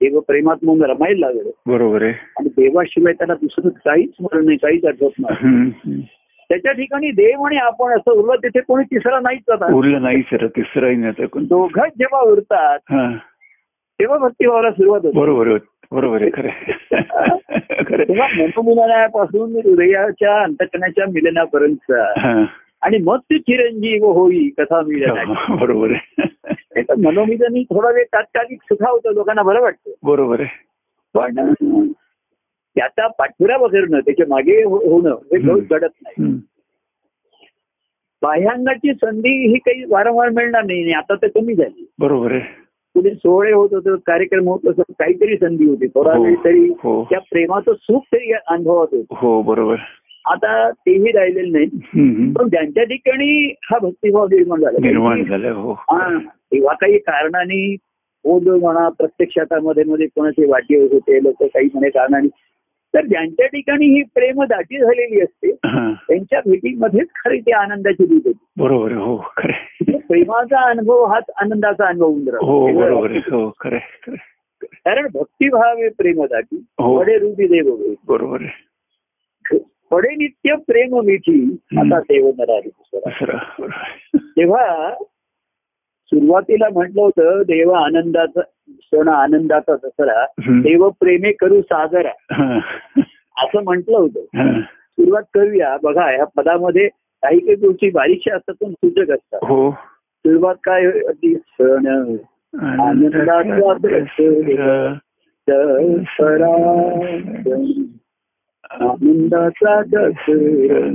Speaker 1: देव प्रेमात मन रमायला लागलं
Speaker 2: बरोबर आहे
Speaker 1: आणि देवाशिवाय त्याला दुसरं काहीच स्मरण नाही काहीच आठवत नाही
Speaker 2: हम्म, हम्म.
Speaker 1: त्याच्या ठिकाणी देव आणि आपण असं उरलं तिथे कोणी तिसरा नाहीच आता
Speaker 2: उरलं नाही सर तिसराही नाही आता कोण
Speaker 1: दोघं जेव्हा उरतात
Speaker 2: हा
Speaker 1: तेव्हा भक्तिभावाला सुरुवात होते
Speaker 2: बरोबर आहे, बरोबर आहे खरं आहे. खरं
Speaker 1: तेव्हा
Speaker 2: आहे.
Speaker 1: मनोमिलनापासून हृदयाच्या अंतकणाच्या मिलनापर्यंत
Speaker 2: हा.
Speaker 1: आणि मग ती चिरंजीव होई कथा मिलन
Speaker 2: बरोबर आहे
Speaker 1: मनोमिलनी थोडा वेळ तात्कालिक सुखा होतं लोकांना बरं वाटतं
Speaker 2: बरोबर आहे
Speaker 1: पण त्याचा पाठपुरा वगैरणं त्याच्या मागे हो- होणं हे
Speaker 2: हम्म.
Speaker 1: रोज घडत नाही
Speaker 2: हम्म.
Speaker 1: बाह्यांगाची संधी ही काही वारंवार मिळणार नाही आणि आता तर कमी झाली
Speaker 2: बरोबर आहे
Speaker 1: पुढे सोहळे होत होते कार्यक्रम होत असत काहीतरी संधी होती थोडा
Speaker 2: हो,
Speaker 1: वेळ तरी
Speaker 2: हो.
Speaker 1: त्या प्रेमाचं सुख तरी अनुभवत होत
Speaker 2: हो बरोबर
Speaker 1: आता तेही राहिलेलं नाही
Speaker 2: हम्म, हम्म.
Speaker 1: पण ज्यांच्या ठिकाणी हा भक्तिभाव निर्माण झाला
Speaker 2: निर्माण झालं हो
Speaker 1: हा, तेव्हा काही कारणाने ओद म्हणा प्रत्यक्षातामध्ये मध्ये कोणाचे वाटे होते लोक काही म्हणे कारणाने तर ज्यांच्या ठिकाणी ही प्रेम दाटी झालेली असते
Speaker 2: हा.
Speaker 1: त्यांच्या भेटीमध्येच खरी ती आनंदाची दूध होती
Speaker 2: बरोबर आहे हो खरं आहे.
Speaker 1: प्रेमाचा अनुभव हाच आनंदाचा अनुभव होऊन
Speaker 2: हो बरोबर
Speaker 1: राहतो.
Speaker 2: आहे हो खरं आहे, खरं आहे.
Speaker 1: कारण भक्तिभाव हे प्रेमासाठी
Speaker 2: हो.
Speaker 1: पडे रुपी देव होय.
Speaker 2: बरोबर आहे
Speaker 1: पडे नित्य प्रेम मिठी आता देव नरारी दुसरा.
Speaker 2: दुसरा बरोबर आहे.
Speaker 1: तेव्हा सुरुवातीला म्हटलं होतं देव आनंदाचा सण आनंदाचा दसरा
Speaker 2: हम्म.
Speaker 1: देव प्रेमे करू साजरा
Speaker 2: हा.
Speaker 1: असं म्हटलं होतं
Speaker 2: हा.
Speaker 1: सुरुवात करूया बघा ह्या पदामध्ये काही काही गोष्टी बारीकशा असतात पण सूचक असतात
Speaker 2: हो
Speaker 1: सुरुवात काय होती? सण आनंदाचा दसरा. दसरा आनंदाचा दसरा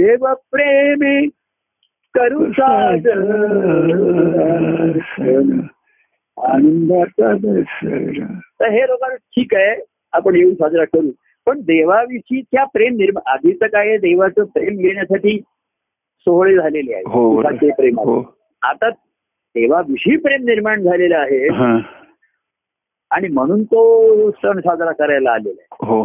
Speaker 1: देव प्रेमे करू साजरा सण आनंदाचा दसरा. तर हे लोकांना ठीक आहे आपण येऊन साजरा करू पण देवाविषयी त्या प्रेम निर्माण आधीचं काय आहे, देवाचं प्रेम घेण्यासाठी सोहळे झालेले आहेत
Speaker 2: हो बरोबर.
Speaker 1: उपास्य प्रेमाचे.
Speaker 2: हो
Speaker 1: आता देवाविषयी प्रेम निर्माण झालेलं आहे
Speaker 2: हा.
Speaker 1: आणि म्हणून तो सण साजरा करायला आलेला आहे
Speaker 2: हो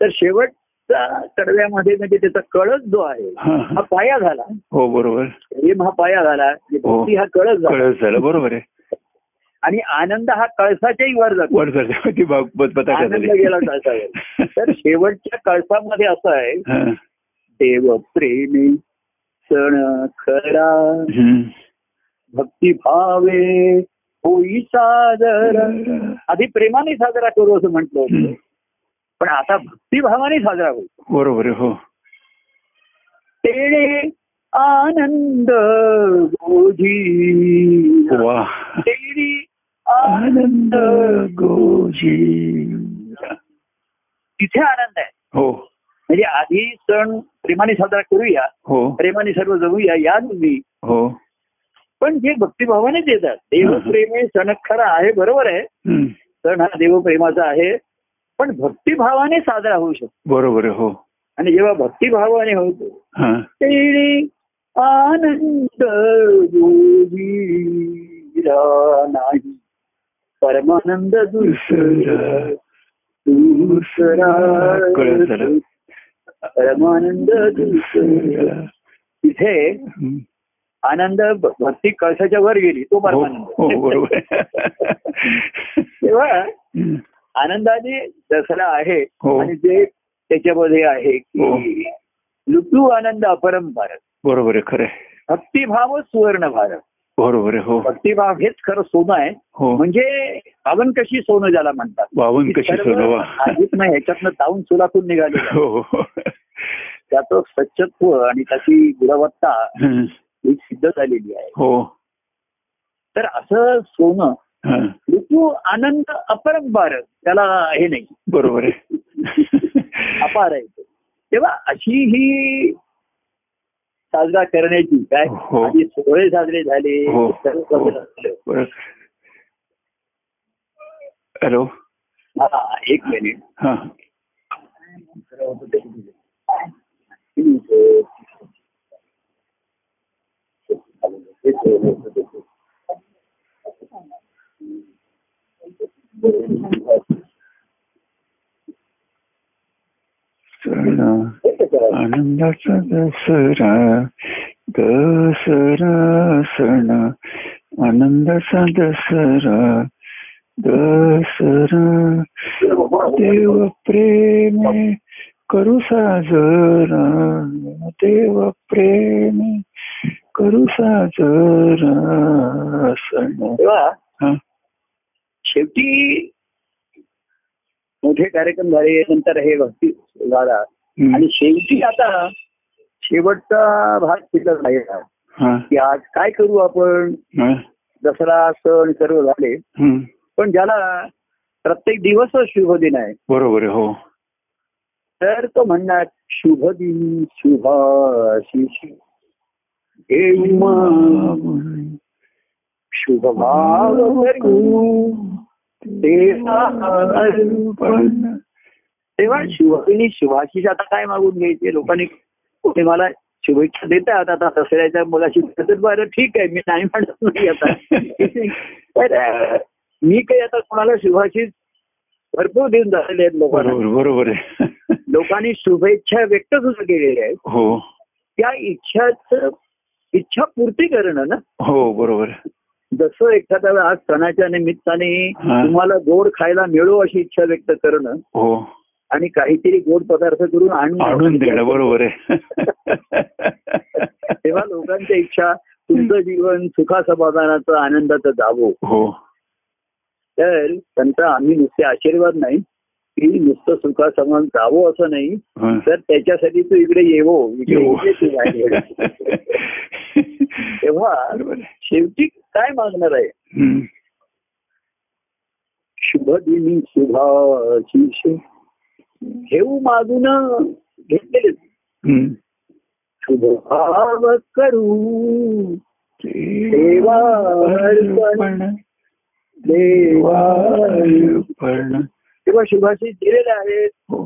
Speaker 1: तर शेवटचा कडव्यामध्ये म्हणजे त्याचा कळस जो आहे
Speaker 2: हा.
Speaker 1: हा पाया झाला
Speaker 2: हो बरोबर
Speaker 1: प्रेम हा पाया झाला भक्ती हा कळस झाला
Speaker 2: कळस झालं बरोबर आहे
Speaker 1: आणि आनंद हा कळसाच्याही वर जातो
Speaker 2: वर झालं ती बाबत पताका
Speaker 1: आनंद
Speaker 2: झाली
Speaker 1: गेला कळसावर तर शेवटच्या कळसामध्ये असं आहे
Speaker 2: हा.
Speaker 1: देव प्रेमी सण खरा
Speaker 2: हम्म.
Speaker 1: भक्ती भावे होई सादर आधी प्रेमाने साजरा करू असं म्हटलं होतं
Speaker 2: हम्म.
Speaker 1: पण आता भक्तिभावाने साजरा होईल
Speaker 2: बरोबर आहे हो
Speaker 1: तेणे आनंद गोजी
Speaker 2: वा
Speaker 1: तेणे आनंद
Speaker 2: आनंद गोजी
Speaker 1: तिथे आनंद आहे
Speaker 2: हो
Speaker 1: म्हणजे आधी सण प्रेमाने साजरा करूया
Speaker 2: हो
Speaker 1: प्रेमाने सर्व जगूया या तुम्ही
Speaker 2: हो
Speaker 1: पण जे भक्तिभावानेच येतात देवप्रेमे सण खरा आहे बरोबर आहे
Speaker 2: हम्म.
Speaker 1: सण हा देवप्रेमाचा आहे पण भक्तिभावाने साजरा होऊ शकतो
Speaker 2: बरोबर आहे हो
Speaker 1: आणि जेव्हा भक्तिभावाने होतो
Speaker 2: हा
Speaker 1: तेणे आनंद दुजीरा नाही परमानंद
Speaker 2: हो,
Speaker 1: दुसरा दुसरा
Speaker 2: कळलं झालं.
Speaker 1: परमानंद दुसरा तिथे
Speaker 2: हम्म.
Speaker 1: आनंद भ- भक्ती कळसाच्या वर गेली तो
Speaker 2: हो हो,
Speaker 1: परमानंद
Speaker 2: बरोबर
Speaker 1: तेव्हा
Speaker 2: हम्म.
Speaker 1: आनंदाने दसरा आहे
Speaker 2: हो.
Speaker 1: आणि जे त्याच्यामध्ये आहे
Speaker 2: हो.
Speaker 1: की लुटू आनंद अपरम भारत
Speaker 2: बरोबर आहे खरं आहे.
Speaker 1: भक्तिभाव सुवर्ण भारत
Speaker 2: बरोबर आहे हो
Speaker 1: भक्तिभाव हेच खरं सोनं आहे
Speaker 2: हो
Speaker 1: म्हणजे पावन कशी सोनं ज्याला म्हणतात
Speaker 2: वावन कशी
Speaker 1: सर्व
Speaker 2: सोनवा
Speaker 1: आधीच नाही ह्याच्यातनं जाऊन सुलाखून निघाले
Speaker 2: हो हो.
Speaker 1: त्याचं सच्चत्व आणि त्याची गुणवत्ता
Speaker 2: हं.
Speaker 1: ही सिद्ध झालेली आहे
Speaker 2: हो
Speaker 1: तर असं सोनं
Speaker 2: हं.
Speaker 1: ऋतू आनंद अपरंपार त्याला हे नाही
Speaker 2: बरोबर आहे
Speaker 1: अपार आहे ते. तेव्हा अशी ही साजरा करण्याची काय
Speaker 2: हो.
Speaker 1: आधी सोहळे साजरे झाले
Speaker 2: हो.
Speaker 1: सर्व साजरं झालं.
Speaker 2: बरं. हॅलो
Speaker 1: हा एक मिनिट
Speaker 2: हा चला आनंदाचा दसरा दसरा सण आनंदाचा दसरा दसरा देव प्रेम करू साजरा देव प्रेम करू साजरा सण
Speaker 1: तेव्हा
Speaker 2: हा,
Speaker 1: शेवटी मोठे कार्यक्रम झाले नंतर हे भक्ती झाला आणि
Speaker 2: हम्म,
Speaker 1: शेवटी आता शेवटचा भाग शिल्लक राहिला
Speaker 2: हा,
Speaker 1: की आज काय करू आपण
Speaker 2: हा,
Speaker 1: दसरा सण सर्व झाले
Speaker 2: हम्म,
Speaker 1: पण ज्याला प्रत्येक दिवस शुभ दिन आहे
Speaker 2: बरोबर आहे हो
Speaker 1: तर तो म्हणणार शुभ दिन शुभाशिष घेऊन शुभ भाव करू देवा अर्पण. तेव्हा शुभदिनी शुभाशिष आता काय मागून घ्यायचे लोकांनी कोणी मला शुभेच्छा देतात आता दसऱ्याच्या मुलाशी तर बरं ठीक आहे मी नाही म्हणत नाही आता तर अं, मी काही आता कोणाला शुभाशीष भरपूर देऊन झालेले आहेत लोकांना
Speaker 2: बरोबर बरोबर आहे
Speaker 1: लोकांनी शुभेच्छा व्यक्त सुद्धा केलेल्या आहेत
Speaker 2: हो
Speaker 1: त्या इच्छाच इच्छा पूर्ती करणं ना
Speaker 2: हो बरोबर आहे.
Speaker 1: जसं एखाद्या वेळा आज सणाच्या निमित्ताने
Speaker 2: हा.
Speaker 1: तुम्हाला गोड खायला मिळो अशी इच्छा व्यक्त करणं
Speaker 2: हो
Speaker 1: आणि काहीतरी गोड पदार्थ करून
Speaker 2: आणून देणं बरोबर आहे
Speaker 1: तेव्हा लोकांच्या इच्छा तुमचं जीवन सुखासमाधानाचं आनंदाचं जावो
Speaker 2: हो
Speaker 1: तर त्यांचा आम्ही नुसते आशीर्वाद नाही की नुसतं सुखासमान जावं असं नाही
Speaker 2: हा.
Speaker 1: तर त्याच्यासाठी तू इकडे येवो इकडे
Speaker 2: येऊ.
Speaker 1: ये तू बाहेर. तेव्हा
Speaker 2: बरोबर आहे.
Speaker 1: शेवटी काय मागणार आहे
Speaker 2: हम्म.
Speaker 1: शुभ दिनी शुभाशीष घेऊ मागून घेतलेले
Speaker 2: हम्म.
Speaker 1: शुभ भाव करू
Speaker 2: देवा अर्पण, देवा
Speaker 1: देवा
Speaker 2: अर्पण.
Speaker 1: तेव्हा शुभाशीष दिलेले आहेत
Speaker 2: हो.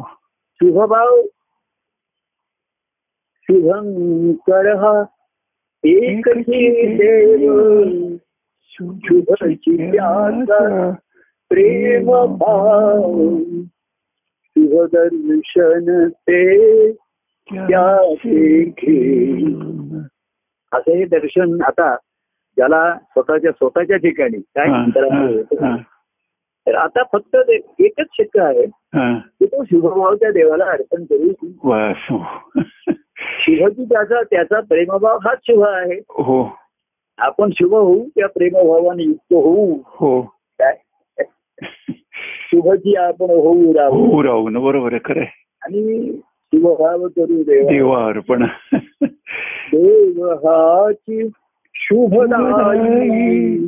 Speaker 1: शुभभाव शुभं कर एक देव शुभची ध्यासा प्रेम भाव शुभ दर्शन ते त्याचे घेऊन. असं हे दर्शन आता ज्याला स्वतःच्या स्वतःच्या ठिकाणी काय
Speaker 2: हा,
Speaker 1: अंतराळ
Speaker 2: हा,
Speaker 1: होतं. तर आता फक्त ते एकच शक्य आहे
Speaker 2: हा.
Speaker 1: की तो शुभभाव त्या देवाला अर्पण करू
Speaker 2: वास.
Speaker 1: शुभची त्याचा त्याचा प्रेमभाव हाच शुभ आहे
Speaker 2: हो
Speaker 1: आपण शुभ होऊ त्या प्रेमभावाने युक्त होऊ
Speaker 2: हो
Speaker 1: काय शुभची आपण होऊ राहू
Speaker 2: हो राहून बरोबर आहे खरं आहे.
Speaker 1: आणि शुभभाव करू देवा
Speaker 2: देवा अर्पण
Speaker 1: देव हाची शुभदायी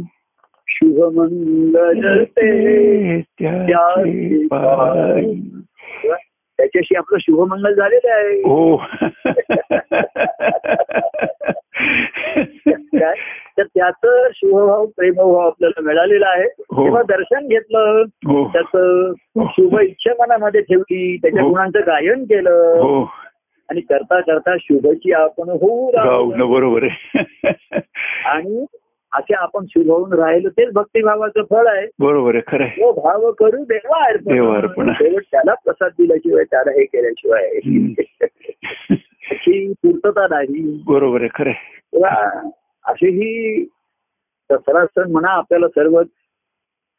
Speaker 1: शुभमंगल ते
Speaker 2: त्याचे पायी.
Speaker 1: त्याच्याशी आपलं शुभमंगल झालेलं आहे
Speaker 2: हो
Speaker 1: काय? तर त्याचं शुभभाव प्रेमभाव आपल्याला मिळालेला आहे
Speaker 2: हो.
Speaker 1: तेव्हा दर्शन घेतलं
Speaker 2: हो
Speaker 1: त्याचं शुभ इच्छा मनामध्ये ठेवली त्याच्या
Speaker 2: हो.
Speaker 1: गुणांचं गायन केलं
Speaker 2: हो
Speaker 1: आणि करता करता शुभची आपण होऊ
Speaker 2: राहून
Speaker 1: राहिलो.
Speaker 2: बरोबर आहे
Speaker 1: आणि असे आपण शुभ होऊन राहिलो तेच भक्तिभावाचं फळ आहे
Speaker 2: बरोबर आहे खरं आहे
Speaker 1: तो भाव करू देवा अर्पण
Speaker 2: देवा अर्पण.
Speaker 1: शेवट त्याला प्रसाद दिल्याशिवाय त्याला हे केल्याशिवाय
Speaker 2: हम्म.
Speaker 1: त्याची पूर्तता नाही
Speaker 2: बरोबर आहे खरं आहे
Speaker 1: तेव्हा असेही दसरा सण म्हणा आपल्याला सर्व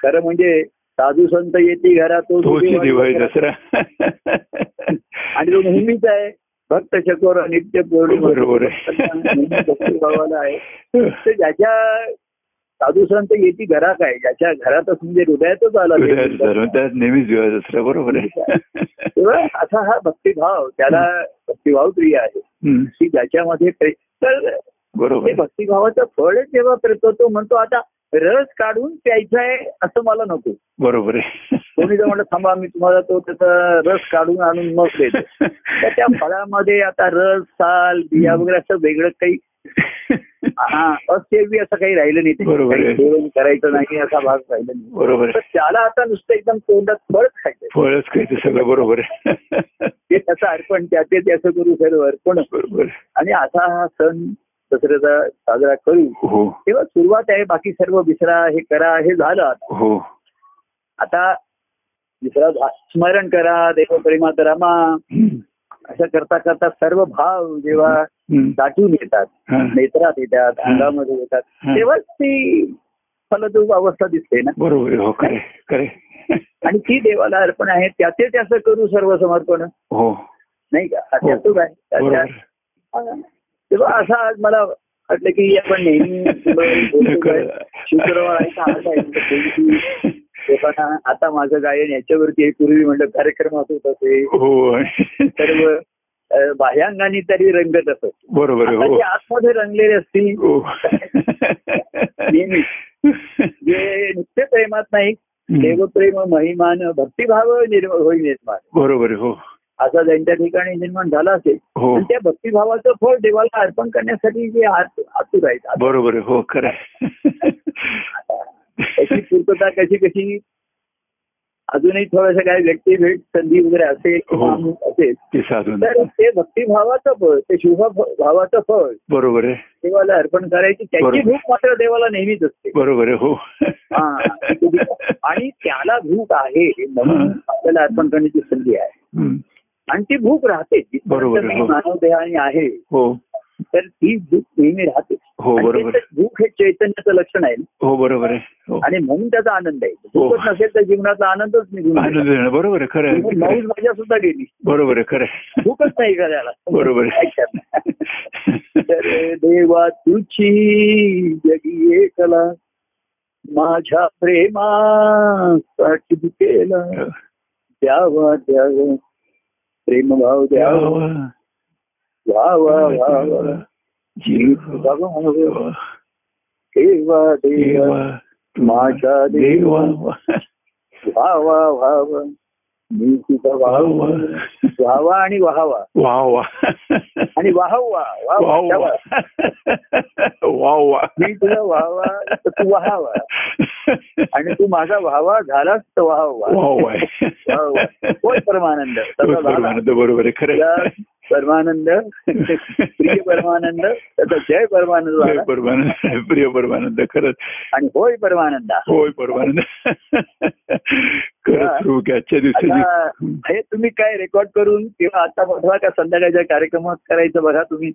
Speaker 1: खरं म्हणजे साधू संत येते घरात
Speaker 2: तोच दिवाळी दसरा
Speaker 1: आणि तो नेहमीच आहे भक्त चकोर नित्य पूर्ण
Speaker 2: बरोबर
Speaker 1: भावाला आहे
Speaker 2: आहे
Speaker 1: तर ज्याच्या साधू संत येती घरात आहे ज्याच्या घरातच म्हणजे हृदयातच आला ते.
Speaker 2: उदयास धरून त्यात नेहमीच दिवाळी दसरा बरोबर आहे
Speaker 1: तेव्हा असा हा भक्तिभाव त्याला भक्तिभाव प्रिय आहे
Speaker 2: हम्म,
Speaker 1: की ज्याच्यामध्ये प्रे- तर
Speaker 2: बरोबर
Speaker 1: ते
Speaker 2: आहे.
Speaker 1: भक्तिभावाचं फळ जेव्हा पेरतो तो म्हणतो आता रस काढून प्यायचा आहे असं मला नको
Speaker 2: बरोबर आहे
Speaker 1: कोणी जर म्हणलं थांबा मी तुम्हाला तो त्याचा रस काढून आणून मग देतो तर त्या फळामध्ये आता रस साल बिया वगैरे असं वेगळं काही हा, असेवी असं काही राहिलं नाही ते.
Speaker 2: बरोबर आहे.
Speaker 1: काही सेवन करायचं नाही असा भाग राहिला नाही
Speaker 2: बरोबर
Speaker 1: तर
Speaker 2: आहे.
Speaker 1: त्याला आता नुसतं एकदम तोंडात फळच खायचं
Speaker 2: फळच काय ते सगळं बरोबर आहे
Speaker 1: ते त्याचं अर्पण त्या ते त्याचं करू सर्व अर्पण
Speaker 2: बरोबर आहे.
Speaker 1: आणि असा हा सण दसऱ्याचा साजरा करू
Speaker 2: हो
Speaker 1: तेव्हा सुरुवात आहे बाकी सर्व विसरा हे करा हे झालं आता.
Speaker 2: हो
Speaker 1: आता विसरा झा- स्मरण करा देवप्रेमात रमा
Speaker 2: हम्म,
Speaker 1: असं करता करता सर्व भाव जेव्हा
Speaker 2: हम्म.
Speaker 1: दाटून येतात
Speaker 2: हा,
Speaker 1: नेत्रात येतात अंगामध्ये येतात
Speaker 2: हा.
Speaker 1: तेव्हाच ती फलद्रूप अवस्था दिसते ना
Speaker 2: बरोबर आहे. हो खरे खरे
Speaker 1: आणि ती देवाला अर्पण आहे त्याचे त्याचं करू सर्व समर्पण
Speaker 2: हो
Speaker 1: नाही का
Speaker 2: हो.
Speaker 1: त्यातच आहे
Speaker 2: बरोबर
Speaker 1: त्याच्या-
Speaker 2: आहे.
Speaker 1: हा. तेव्हा असं आज मला वाटलं की आपण नेहमी बोलतो काय, शुक्रवार आहे का आज आहे? म्हणजे लोकांना आता माझं गायन याच्यावरती आहे. पूर्वी म्हणलं कार्यक्रम असत असे
Speaker 2: हो
Speaker 1: सर्व अ, बाह्यांगाने तरी रंगत असत
Speaker 2: बरोबर आहे.
Speaker 1: आता
Speaker 2: हो
Speaker 1: जे आतमध्ये रंगलेले असतील
Speaker 2: हो
Speaker 1: नेहमी. जे नुसते प्रेमात नाही
Speaker 2: Mm.
Speaker 1: देवप्रेम महिमान भक्तिभाव निर्माण होईल निर्माण
Speaker 2: बरोबर आहे. हो
Speaker 1: असा ज्यांच्या ठिकाणी निर्माण झाला असेल
Speaker 2: हो
Speaker 1: पण त्या भक्तिभावाचं फळ देवाला अर्पण करण्यासाठी जे आत- आतुर आहेत आता
Speaker 2: बरोबर आहे. हो खरं आहे.
Speaker 1: त्याची पूर्तता कशी कशी अजूनही थोडस काय व्यक्ती भेट संधी वगैरे असेल
Speaker 2: हो.
Speaker 1: काम असेल
Speaker 2: ते साधून
Speaker 1: तर ते भक्तिभावाचं फळ ते शुभ भ- भावाचं फळ
Speaker 2: बरोबर आहे
Speaker 1: देवाला अर्पण करायची त्याची
Speaker 2: बरोबर.
Speaker 1: भूक मात्र देवाला नेहमीच असते
Speaker 2: बरोबर आहे हो
Speaker 1: हा. आणि त्याला भूक आहे म्हणून
Speaker 2: हा.
Speaker 1: आपल्याला अर्पण करण्याची संधी आहे
Speaker 2: हम्म.
Speaker 1: आणि ती भूक राहते
Speaker 2: बरोबर,
Speaker 1: जिथपर्यंत मी
Speaker 2: हो.
Speaker 1: मानव देहाने आहे
Speaker 2: हो
Speaker 1: तर ती भूक नेहमी राहते
Speaker 2: हो
Speaker 1: आणि
Speaker 2: बरोबर
Speaker 1: ते भूक हे चैतन्याचं लक्षण आहे
Speaker 2: हो बरोबर आहे हो
Speaker 1: आणि म्हणून त्याचा आनंद आहे
Speaker 2: हो.
Speaker 1: भूकच नसेल तर जीवनाचा आनंदच निघून गेला.
Speaker 2: आनंद देणं बरोबर आहे खरं
Speaker 1: म्हणून
Speaker 2: आहे खरं
Speaker 1: मौज
Speaker 2: आहे.
Speaker 1: मजा सुद्धा गेली
Speaker 2: बरोबर आहे खरं आहे.
Speaker 1: भूकच नाही करायला
Speaker 2: बरोबर
Speaker 1: काय
Speaker 2: आहे.
Speaker 1: करणार? तर देवा तुझी जगी एकला माझ्या प्रेमासाठी केला द्यावा द्यावा प्रेमभाव द्यावा
Speaker 2: द्यावा,
Speaker 1: व्हावा व्हावा
Speaker 2: द्यावा, जीवा,
Speaker 1: भगवा देवा देवा
Speaker 2: देवा,
Speaker 1: माझ्या देवा
Speaker 2: देवा,
Speaker 1: व्हावा व्हावा मी तुझा
Speaker 2: वावा.
Speaker 1: व्हावा व्हावा आणि व्हावा
Speaker 2: वा वा
Speaker 1: आणि वाहवा
Speaker 2: वा
Speaker 1: वाहवा
Speaker 2: वा
Speaker 1: वाहवा.
Speaker 2: वा वा
Speaker 1: मी तुझा व्हावा तर तू व्हावा आणि तू माझा व्हावा झालास तर व्हावा
Speaker 2: वा वा
Speaker 1: व्हावा. होय परमानंद तसा झाला
Speaker 2: परमानंद बरोबर आहे खरं
Speaker 1: तुझा
Speaker 2: आहे.
Speaker 1: परमानंद प्रिय परमानंद त्याचा जय परमानंद
Speaker 2: प्रिय
Speaker 1: झाला.
Speaker 2: परमानंद प्रिय परमानंद खरंच
Speaker 1: आणि होय परमानंद
Speaker 2: होय परमानंद खरंच प्रभू की आजच्या दिवशी
Speaker 1: आता हे तुम्ही काय रेकॉर्ड करून किंवा आता पाठवा का संध्याकाळच्या कार्यक्रमात करायचं बघा तुम्ही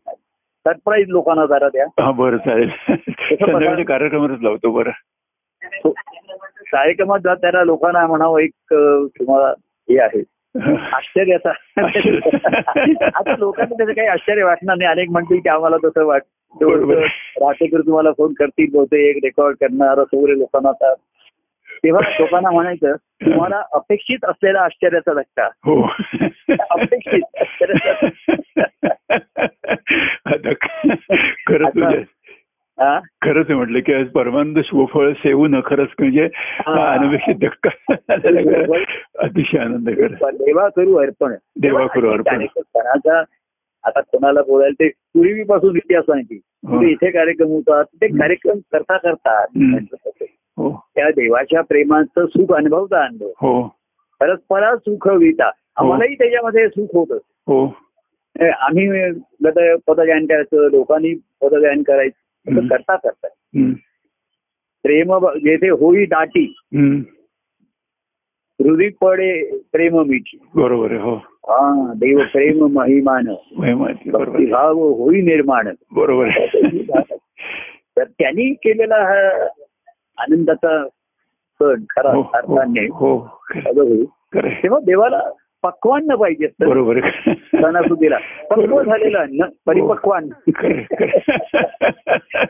Speaker 1: सरप्राईज लोकांना जरा द्या
Speaker 2: हा बरं चालेल संध्याकाळच्या कार्यक्रमातच लावतो बरं
Speaker 1: कार्यक्रमात जा त्याला लोकांना म्हणावं एक अं, तुम्हाला हे आहे आश्चर्याचा
Speaker 2: आश्चर्य.
Speaker 1: आता लोकांना त्याचं काही आश्चर्य वाटणार नाही अनेक म्हणतील की आम्हाला तसं वाट
Speaker 2: बरोबर.
Speaker 1: राहतेकर तुम्हाला फोन करतील बहुतेक एक रेकॉर्ड करणार असं वगैरे लोकांना आता तेव्हा लोकांना म्हणायचं तुम्हाला अपेक्षित असलेला आश्चर्याचा धक्का
Speaker 2: हो
Speaker 1: अपेक्षित.
Speaker 2: आता खरंच म्हणजे
Speaker 1: हा?
Speaker 2: खरंच आहे म्हटलं की आज परमानंद शुभफळ सेवू न खरंच म्हणजे हा अनपेक्षित धक्का
Speaker 1: हो,
Speaker 2: झाला खरं. अतिशय आनंद खरं
Speaker 1: देवा करू अर्पण
Speaker 2: देवा करू अर्पण.
Speaker 1: कार्यक्रम सणाचा आता कोणाला बोलायला ते पूर्वीपासून इतिहास सांगते
Speaker 2: हो.
Speaker 1: कुठे इथे कार्यक्रम होतात ते कार्यक्रम करता करता
Speaker 2: हम्म. हो
Speaker 1: त्या देवाच्या प्रेमाचं सुख अनुभवता अनुभव
Speaker 2: हो
Speaker 1: परस्परा सुख विता आम्हालाही त्याच्यामध्ये सुख होतं
Speaker 2: हो
Speaker 1: ए, आम्ही गत पदगायन करायचं लोकांनी पदगायन करायचं असं
Speaker 2: हम्म.
Speaker 1: करता करता
Speaker 2: हम्म.
Speaker 1: प्रेम ब- जेथे होई दाटी
Speaker 2: हम्म.
Speaker 1: हृदय पडे प्रेम मिठी
Speaker 2: बरोबर आहे हो
Speaker 1: हा देव प्रेम महिमान
Speaker 2: वय माहिती बरोबर आहे.
Speaker 1: भाव होई निर्माण
Speaker 2: बरोबर आहे.
Speaker 1: तर त्यांनी केलेला हा आनंदाचा सण खरा
Speaker 2: हो, हो,
Speaker 1: अर्थाने
Speaker 2: हो
Speaker 1: साजरा होईल.
Speaker 2: खरं आहे.
Speaker 1: तेव्हा देवाला पक्वान्न पाहिजे असतं
Speaker 2: बरोबर
Speaker 1: सणासुदीला पक्व झालेलं अन्न परिपक्व
Speaker 2: खरं,
Speaker 1: अन्न
Speaker 2: खरं.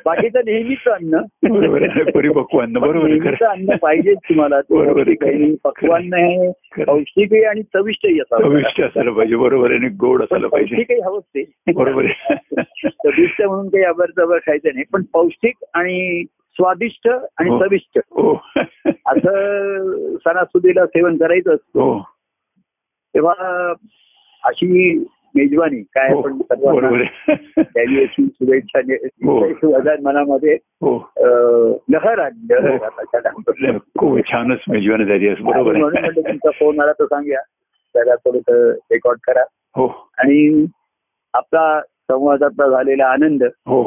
Speaker 1: बाकीचं नेहमीच अन्न
Speaker 2: बरोबर आहे. परिपक्व अन्न बरोबर आहे.
Speaker 1: नेहमीचं अन्न पाहिजे तुम्हाला ते
Speaker 2: बरोबर आहे.
Speaker 1: पौष्टिक आहे, पक्वान्न आहे
Speaker 2: खरं.
Speaker 1: पौष्टिक आहे आणि चविष्टही असावं
Speaker 2: चविष्ट असायला पाहिजे बरोबर आहे आणि गोड असायला पाहिजे
Speaker 1: पौष्टिक हवंच ते
Speaker 2: बरोबर आहे.
Speaker 1: चविष्ट म्हणून काही अबरजबर खायचं नाही पण पौष्टिक आणि स्वादिष्ट आणि
Speaker 2: हो.
Speaker 1: चविष्ट
Speaker 2: हो
Speaker 1: असं सणासुदीला सेवन करायचं असतं.
Speaker 2: हो
Speaker 1: तेव्हा अशी मेजवानी काय
Speaker 2: हो
Speaker 1: आपण सर्वांना
Speaker 2: बरोबर आहे.
Speaker 1: द्यावी अशी शुभेच्छा ने-
Speaker 2: हो.
Speaker 1: वजन मनामध्ये
Speaker 2: हो
Speaker 1: अं, लहर आली लहर
Speaker 2: हो.
Speaker 1: आता त्याला.
Speaker 2: खूप छानच मेजवानी झाली असं बरोबर
Speaker 1: आणि म्हणून म्हटलं
Speaker 2: आहे
Speaker 1: तुमचा फोन आला तर सांगूया त्याला थोडस रेकॉर्ड करा
Speaker 2: हो
Speaker 1: आणि आपला संवादातला झालेला आनंद
Speaker 2: हो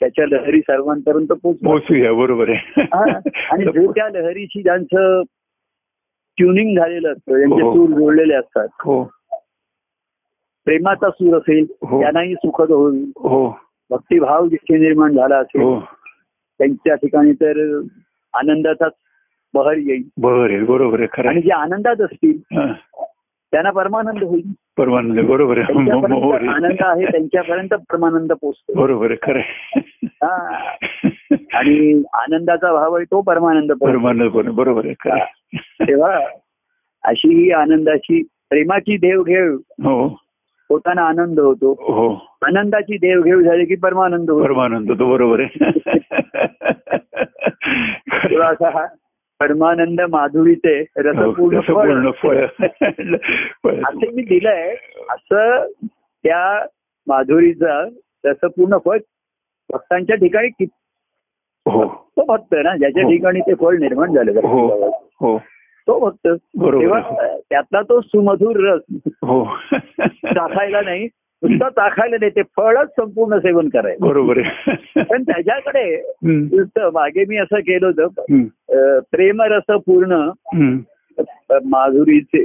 Speaker 1: त्याच्या लहरी सर्वांपर्यंत पोहोचतो
Speaker 2: पोहोचूया बरोबर
Speaker 1: हा.
Speaker 2: आहे
Speaker 1: आणि जे त्या लहरीशी ज्यांचं ट्युनिंग झालेलं असतं ज्यांचे
Speaker 2: हो.
Speaker 1: सूर जोडलेले असतात
Speaker 2: हो
Speaker 1: प्रेमाचा सूर असेल
Speaker 2: हो.
Speaker 1: त्यांनाही सुखद होईल
Speaker 2: हो
Speaker 1: भक्तिभाव जिथे निर्माण झाला असेल
Speaker 2: हो
Speaker 1: त्यांच्या ठिकाणी तर आनंदाचाच बहर येईल
Speaker 2: बरोबर आहे बरोबर आहे खरं
Speaker 1: आणि
Speaker 2: आहे.
Speaker 1: जे आनंदात असतील
Speaker 2: हा.
Speaker 1: त्यांना परमानंद होईल
Speaker 2: परवानगी बरोबर आहे म- म- हो
Speaker 1: त्यांच्यापर्यंत
Speaker 2: रे.
Speaker 1: आनंद आहे त्यांच्यापर्यंत परमानंद पोचतो
Speaker 2: बरोबर आहे खरं आहे.
Speaker 1: हा. आणि आनंदाचा भाव आहे तो परमानंद पोचतो
Speaker 2: परमानंद पण बरोबर आहे खरं आहे.
Speaker 1: तेव्हा अशी ही आनंदाची प्रेमाची देवघेव
Speaker 2: हो
Speaker 1: होताना आनंद होतो
Speaker 2: हो
Speaker 1: आनंदाची देवघेव झाली की परमानंद होतो
Speaker 2: परमानंद तो बरोबर आहे
Speaker 1: तेव्हा असा हा परमानंद माधुरीचे
Speaker 2: हो,
Speaker 1: रसपूर्ण फळ
Speaker 2: रसपूर्ण फळ फळ.
Speaker 1: असं मी दिलंय असं त्या माधुरीचा रसपूर्ण फळ भक्तांच्या ठिकाणी कित-
Speaker 2: हो
Speaker 1: तो भक्त ना ज्याच्या
Speaker 2: हो.
Speaker 1: ठिकाणी ते फळ निर्माण झालं
Speaker 2: हो हो
Speaker 1: तो भक्त
Speaker 2: बरोबर.
Speaker 1: तेव्हा त्यातला तो सुमधुर रस
Speaker 2: हो
Speaker 1: चाखायला नाही नुसता चाखायला नाही ते फळच संपूर्ण सेवन करायचं
Speaker 2: बरोबर आहे
Speaker 1: पण त्याच्याकडे
Speaker 2: हम्म,
Speaker 1: नुसतं मागे मी असं केलं होतं
Speaker 2: हम्म,
Speaker 1: अं, प्रेमरस पूर्ण
Speaker 2: हम्म.
Speaker 1: माधुरीचे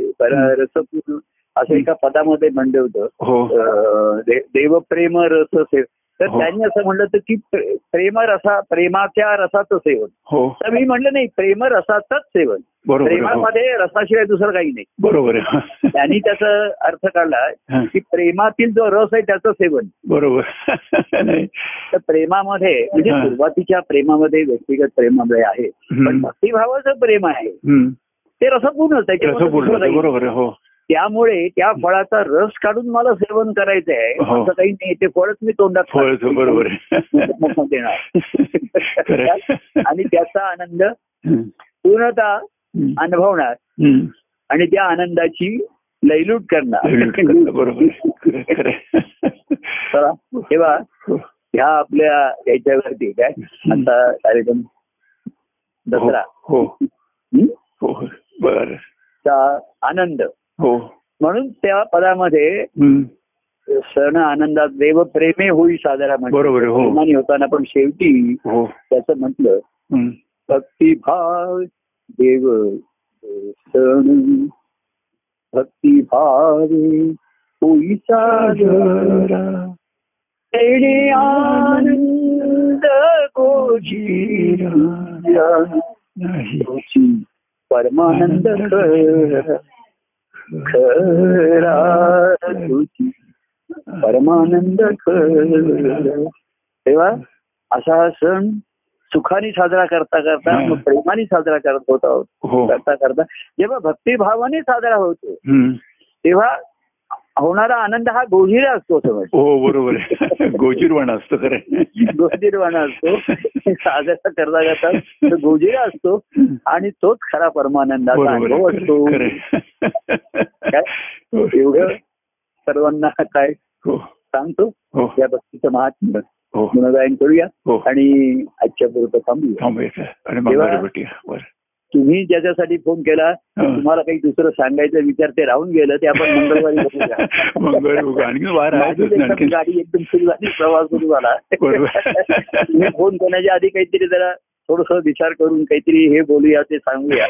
Speaker 1: रसपूर्ण असं एका पदामध्ये म्हणलं होतं
Speaker 2: हो
Speaker 1: अं, दे- देवप्रेम रस सेव तर
Speaker 2: हो.
Speaker 1: त्यांनी असं म्हणलं होतं की प्रे- प्रेमरसा प्रेमाच्या रसाचं सेवन
Speaker 2: हो
Speaker 1: तर मी म्हणलं नाही प्रेमरसाचंच सेवन
Speaker 2: बरोबर आहे हो.
Speaker 1: प्रेमामध्ये रसाशिवाय दुसरं काही नाही
Speaker 2: बरोबर आहे
Speaker 1: त्यांनी त्याचा अर्थ काढला
Speaker 2: हा.
Speaker 1: की प्रेमातील जो रस आहे त्याचं सेवन
Speaker 2: बरोबर नाही
Speaker 1: तर प्रेमामध्ये म्हणजे
Speaker 2: हा.
Speaker 1: सुरुवातीच्या प्रेमामध्ये व्यक्तिगत प्रेमामध्ये आहे
Speaker 2: हम्म.
Speaker 1: पण भक्तिभावाचं प्रेम आहे
Speaker 2: हम्म.
Speaker 1: ते रसपूर्ण
Speaker 2: तसं बोललं होतं,
Speaker 1: त्याच्यामध्ये
Speaker 2: बरोबर आहे हो
Speaker 1: त्यामुळे त्या फळाचा रस काढून मला सेवन करायचं आहे
Speaker 2: हो.
Speaker 1: असं काही नाही ते फळच मी तोंडात
Speaker 2: फळ
Speaker 1: टाकतो.
Speaker 2: बरोबर आहे
Speaker 1: मुखात
Speaker 2: खरं
Speaker 1: देणार
Speaker 2: आहे.
Speaker 1: आणि त्याचा आनंद
Speaker 2: हम्म.
Speaker 1: पूर्णतः
Speaker 2: हम्म.
Speaker 1: अनुभवणार
Speaker 2: हम्म.
Speaker 1: आणि त्या आनंदाची लयलूट
Speaker 2: लूट करतं, बरोबर आहे. खरं आहे,
Speaker 1: करणार
Speaker 2: खरं आहे.
Speaker 1: चला, तेव्हा
Speaker 2: हो.
Speaker 1: ह्या आपल्या याच्यावरती काय आता कार्यक्रम दसरा
Speaker 2: हो
Speaker 1: हं?
Speaker 2: हो बर
Speaker 1: चा आनंद
Speaker 2: हो
Speaker 1: म्हणून त्या पदामध्ये
Speaker 2: हम्म.
Speaker 1: सण आनंदात देव प्रेमे होई साजरा म्हणजे
Speaker 2: बरोबर आहे, हो.
Speaker 1: प्रेमाने होताना पण शेवटी
Speaker 2: हो
Speaker 1: त्याचं म्हटलं
Speaker 2: हम्म.
Speaker 1: भक्तिभाव देव सण भक्तिभावे होई साजरा तेणे आनंद गोजी
Speaker 2: नाही
Speaker 1: परमानंद खरा खरा तुझी परमानंद खरा. तेव्हा असा हा सण सुखाने साजरा करता करता मग प्रेमाने साजरा करत होता
Speaker 2: हो
Speaker 1: करता करता जेव्हा भक्तिभावाने साजरा होतो
Speaker 2: हम्म.
Speaker 1: तेव्हा होणारा आनंद हा गोहिरा असतो समज
Speaker 2: हो बरोबर आहे गोजीरवाण असतं खरं आहे.
Speaker 1: गोजिरवाणा असतो साजरा करता करता तो गोजिरा असतो आणि तोच खरा परमानंदाचा
Speaker 2: बरोबर
Speaker 1: अनुभव
Speaker 2: आहे,
Speaker 1: असतो
Speaker 2: खरं आहे.
Speaker 1: काय?
Speaker 2: हो.
Speaker 1: एवढं सर्वांना काय
Speaker 2: हो
Speaker 1: सांगतो
Speaker 2: हो
Speaker 1: या भक्तीचं महात्म्य
Speaker 2: हो
Speaker 1: गुणगायन करूया
Speaker 2: हो
Speaker 1: आणि आजच्या पुरतं थांबूया
Speaker 2: थांबूया आणि
Speaker 1: तेव्हा-
Speaker 2: मग बरं
Speaker 1: तुम्ही ज्याच्यासाठी फोन केला
Speaker 2: हं.
Speaker 1: तुम्हाला काही दुसरं सांगायचा विचार ते राहून गेलं ते आपण मंगळवारी बघूया.
Speaker 2: मंगळवारी बघूया. आणखी वार आहेच
Speaker 1: माझी एकदम
Speaker 2: आणखी.
Speaker 1: गाडी एकदम सुरू झाली प्रवास सुरू झाला
Speaker 2: बरोबर.
Speaker 1: तुम्ही फोन करण्याच्या आधी काहीतरी जरा थोडस विचार करून काहीतरी हे बोलूया ते सांगूया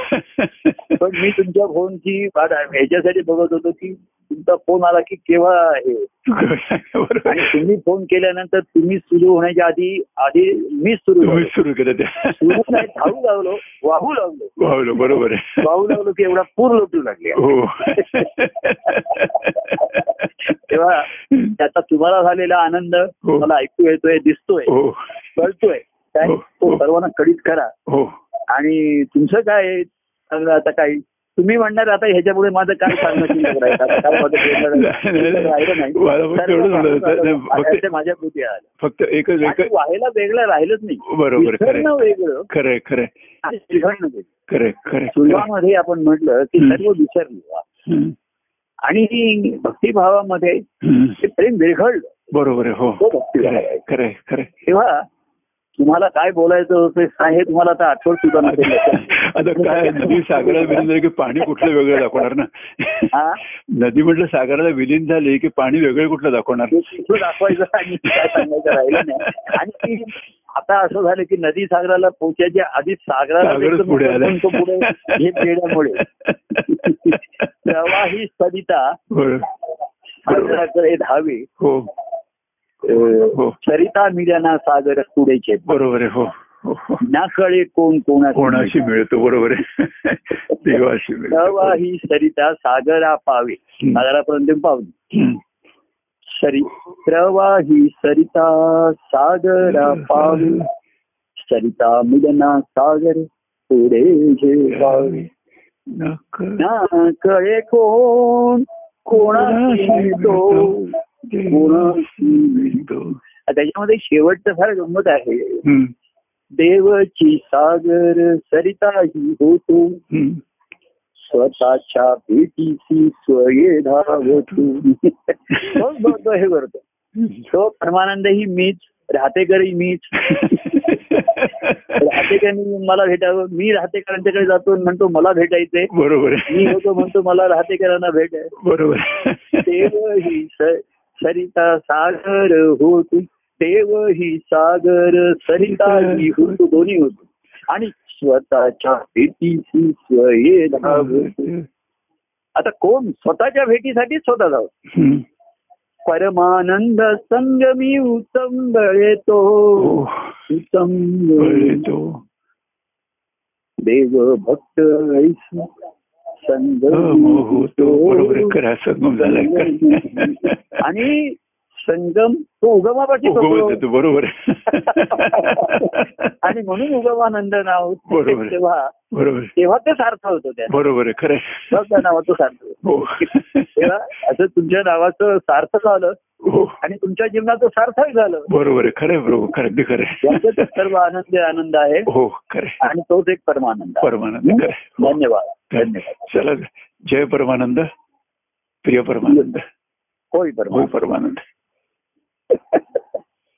Speaker 1: पण मी तुमच्या फोनची वाट ह्याच्यासाठी बघत होतो की तुमचा फोन आला की केव्हा हे आणि
Speaker 2: बरोबर
Speaker 1: तुम्ही फोन केल्यानंतर तुम्ही सुरू होण्याच्या आधी आधी मी सुरू
Speaker 2: तुम्ही सुरू केलं
Speaker 1: सुरू नाही
Speaker 2: त्या
Speaker 1: धावू लागलो वाहू लागलो
Speaker 2: वावलं बरोबर आहे
Speaker 1: वाहू लागलो की एवढा पूर लोटू लागले
Speaker 2: हो
Speaker 1: तेव्हा त्याचा तुम्हाला झालेला आनंद
Speaker 2: हो.
Speaker 1: मला ऐकू येतोय दिसतोय
Speaker 2: हो
Speaker 1: कळतोय काय
Speaker 2: हो,
Speaker 1: तो
Speaker 2: हो.
Speaker 1: सर्वांना कडीत करा
Speaker 2: हो
Speaker 1: आणि तुमचं काय आहे? सांगा आता काय तुम्ही म्हणणार आता ह्याच्यामुळे माझं काय सांगणं शिल्लक राहील? आता काय माझं बोलणं राहिलं नाही.
Speaker 2: मला फक्त एवढंच म्हणत होतं.
Speaker 1: आता ते माझ्या कृती आलं
Speaker 2: फक्त एकच एक
Speaker 1: आणि व्हायला वेगळं राहिलंच नाही
Speaker 2: बरोबर खरं
Speaker 1: विसरणं वेगळं
Speaker 2: खरंय खरंय
Speaker 1: आणि विरघडणं वेगळं
Speaker 2: खरंय खरंय खरंय.
Speaker 1: सुरुवामध्ये आपण म्हटलं की
Speaker 2: हम्म.
Speaker 1: सर्व विसरलो
Speaker 2: हम्म,
Speaker 1: आणि भक्तिभावामध्ये
Speaker 2: हम्म.
Speaker 1: ते प्रेम विरघडलं
Speaker 2: बरोबर आहे
Speaker 1: तो
Speaker 2: हो
Speaker 1: भक्तिभाव आहे.
Speaker 2: खरंय खरंय खरंय
Speaker 1: तेव्हा तुम्हाला काय बोलायचं होतं काय हे तुम्हाला आता आठवण सुद्धा नसेल
Speaker 2: आता काय नदी सागरात विलीन झाली की पाणी कुठलं वेगळं दाखवणार ना
Speaker 1: हा?
Speaker 2: नदी म्हटलं सागराला विलीन झाली की पाणी वेगळं कुठलं दाखवणार
Speaker 1: ते तिथं दाखवायचं आणि काय सांगायचं राहिलं नाही आणि ती आता असं झालं की नदी सागराला पोहोचायच्या आधी सागराला
Speaker 2: सागरच
Speaker 1: देखील
Speaker 2: पुढे आला
Speaker 1: कोण तो पुढे हे पेढ्यामुळे तेव्हा ही सरिता
Speaker 2: बरोबर.
Speaker 1: सागराकडे धावे
Speaker 2: हो
Speaker 1: अं,
Speaker 2: हो.
Speaker 1: सरिता मिळाना सागर पुढेचे
Speaker 2: बरोबर आहे हो हो, हो
Speaker 1: ना कळे कोण कोणा
Speaker 2: कोणाशी मिळतो बरोबर आहे देवाशी मिळतो
Speaker 1: तेव्हा ही सरिता सागरा पावे सागरापर्यंत पावली
Speaker 2: हम्म.
Speaker 1: सरी प्रवाही सरिता सागरा पावे सरिता मिलना सागर पुढे झेवावे
Speaker 2: नका
Speaker 1: ना कळे कोण कोणाशी तो
Speaker 2: देवाशी मिळतो.
Speaker 1: त्याच्यामध्ये शेवटचं फार गंमत आहे
Speaker 2: हम्म,
Speaker 1: देवची सागर सरिताही होतो
Speaker 2: हम्म.
Speaker 1: स्वतःच्या भेटीशी स्वये धावतो मग बघतो हे करतो तो परमानंद ही मीच राहतेकरी मीच राहतेकरांनी मला भेटावं मी राहतेकरांच्याकडे जातो आणि म्हणतो मला भेटायचंय
Speaker 2: बरोबर
Speaker 1: मी
Speaker 2: आहे
Speaker 1: होतो म्हणतो मला राहतेकरांना भेट आहे.
Speaker 2: बरोबर
Speaker 1: देव ही स- सरिता सागर होत देव ही सागर सरिता ही होत दोन्ही होत आणि स्वतःच्या भेटीशी स्वये धावत. आता कोण स्वतःच्या भेटीसाठी स्वतः जावं
Speaker 2: हम्म.
Speaker 1: परमानंद संगमी उचंबळेतो
Speaker 2: हो,
Speaker 1: उचंबळे
Speaker 2: कळतो.
Speaker 1: देव भक्त ऐस
Speaker 2: अम
Speaker 1: संगम
Speaker 2: होतो हो, बरोबर आहे. खरा संगम झालाय खरा.
Speaker 1: आणि संगम तो उगमापाशी
Speaker 2: उगवत
Speaker 1: होतो.
Speaker 2: होतो बरोबर
Speaker 1: आणि म्हणून उगमानंद नाव
Speaker 2: बरोबर आहे.
Speaker 1: तेव्हा
Speaker 2: बरोबर
Speaker 1: तेव्हा ते सार्थ होतं त्या
Speaker 2: बरोबर आहे खरं
Speaker 1: तेव्हा त्या नावाचं सार्थ होतं.
Speaker 2: हो
Speaker 1: तेव्हा असं तुमच्या नावाचं सार्थ झालं
Speaker 2: हो
Speaker 1: आणि तुमच्या जीवनाचं सार्थही झालं
Speaker 2: बरोबर आहे खरं आहे प्रभू खरं अगदी खरं
Speaker 1: याचं तर
Speaker 2: आहे.
Speaker 1: सर्व आनंद आनंद आहे
Speaker 2: हो खरं आहे.
Speaker 1: आणि तोच एक परमानंद आहे.
Speaker 2: परमानंद खरं आहे. हो.
Speaker 1: धन्यवाद धन्यवाद
Speaker 2: चला जय परमानंद प्रिय परमानंद
Speaker 1: होय
Speaker 2: होय
Speaker 1: परमानंद
Speaker 2: परमानंद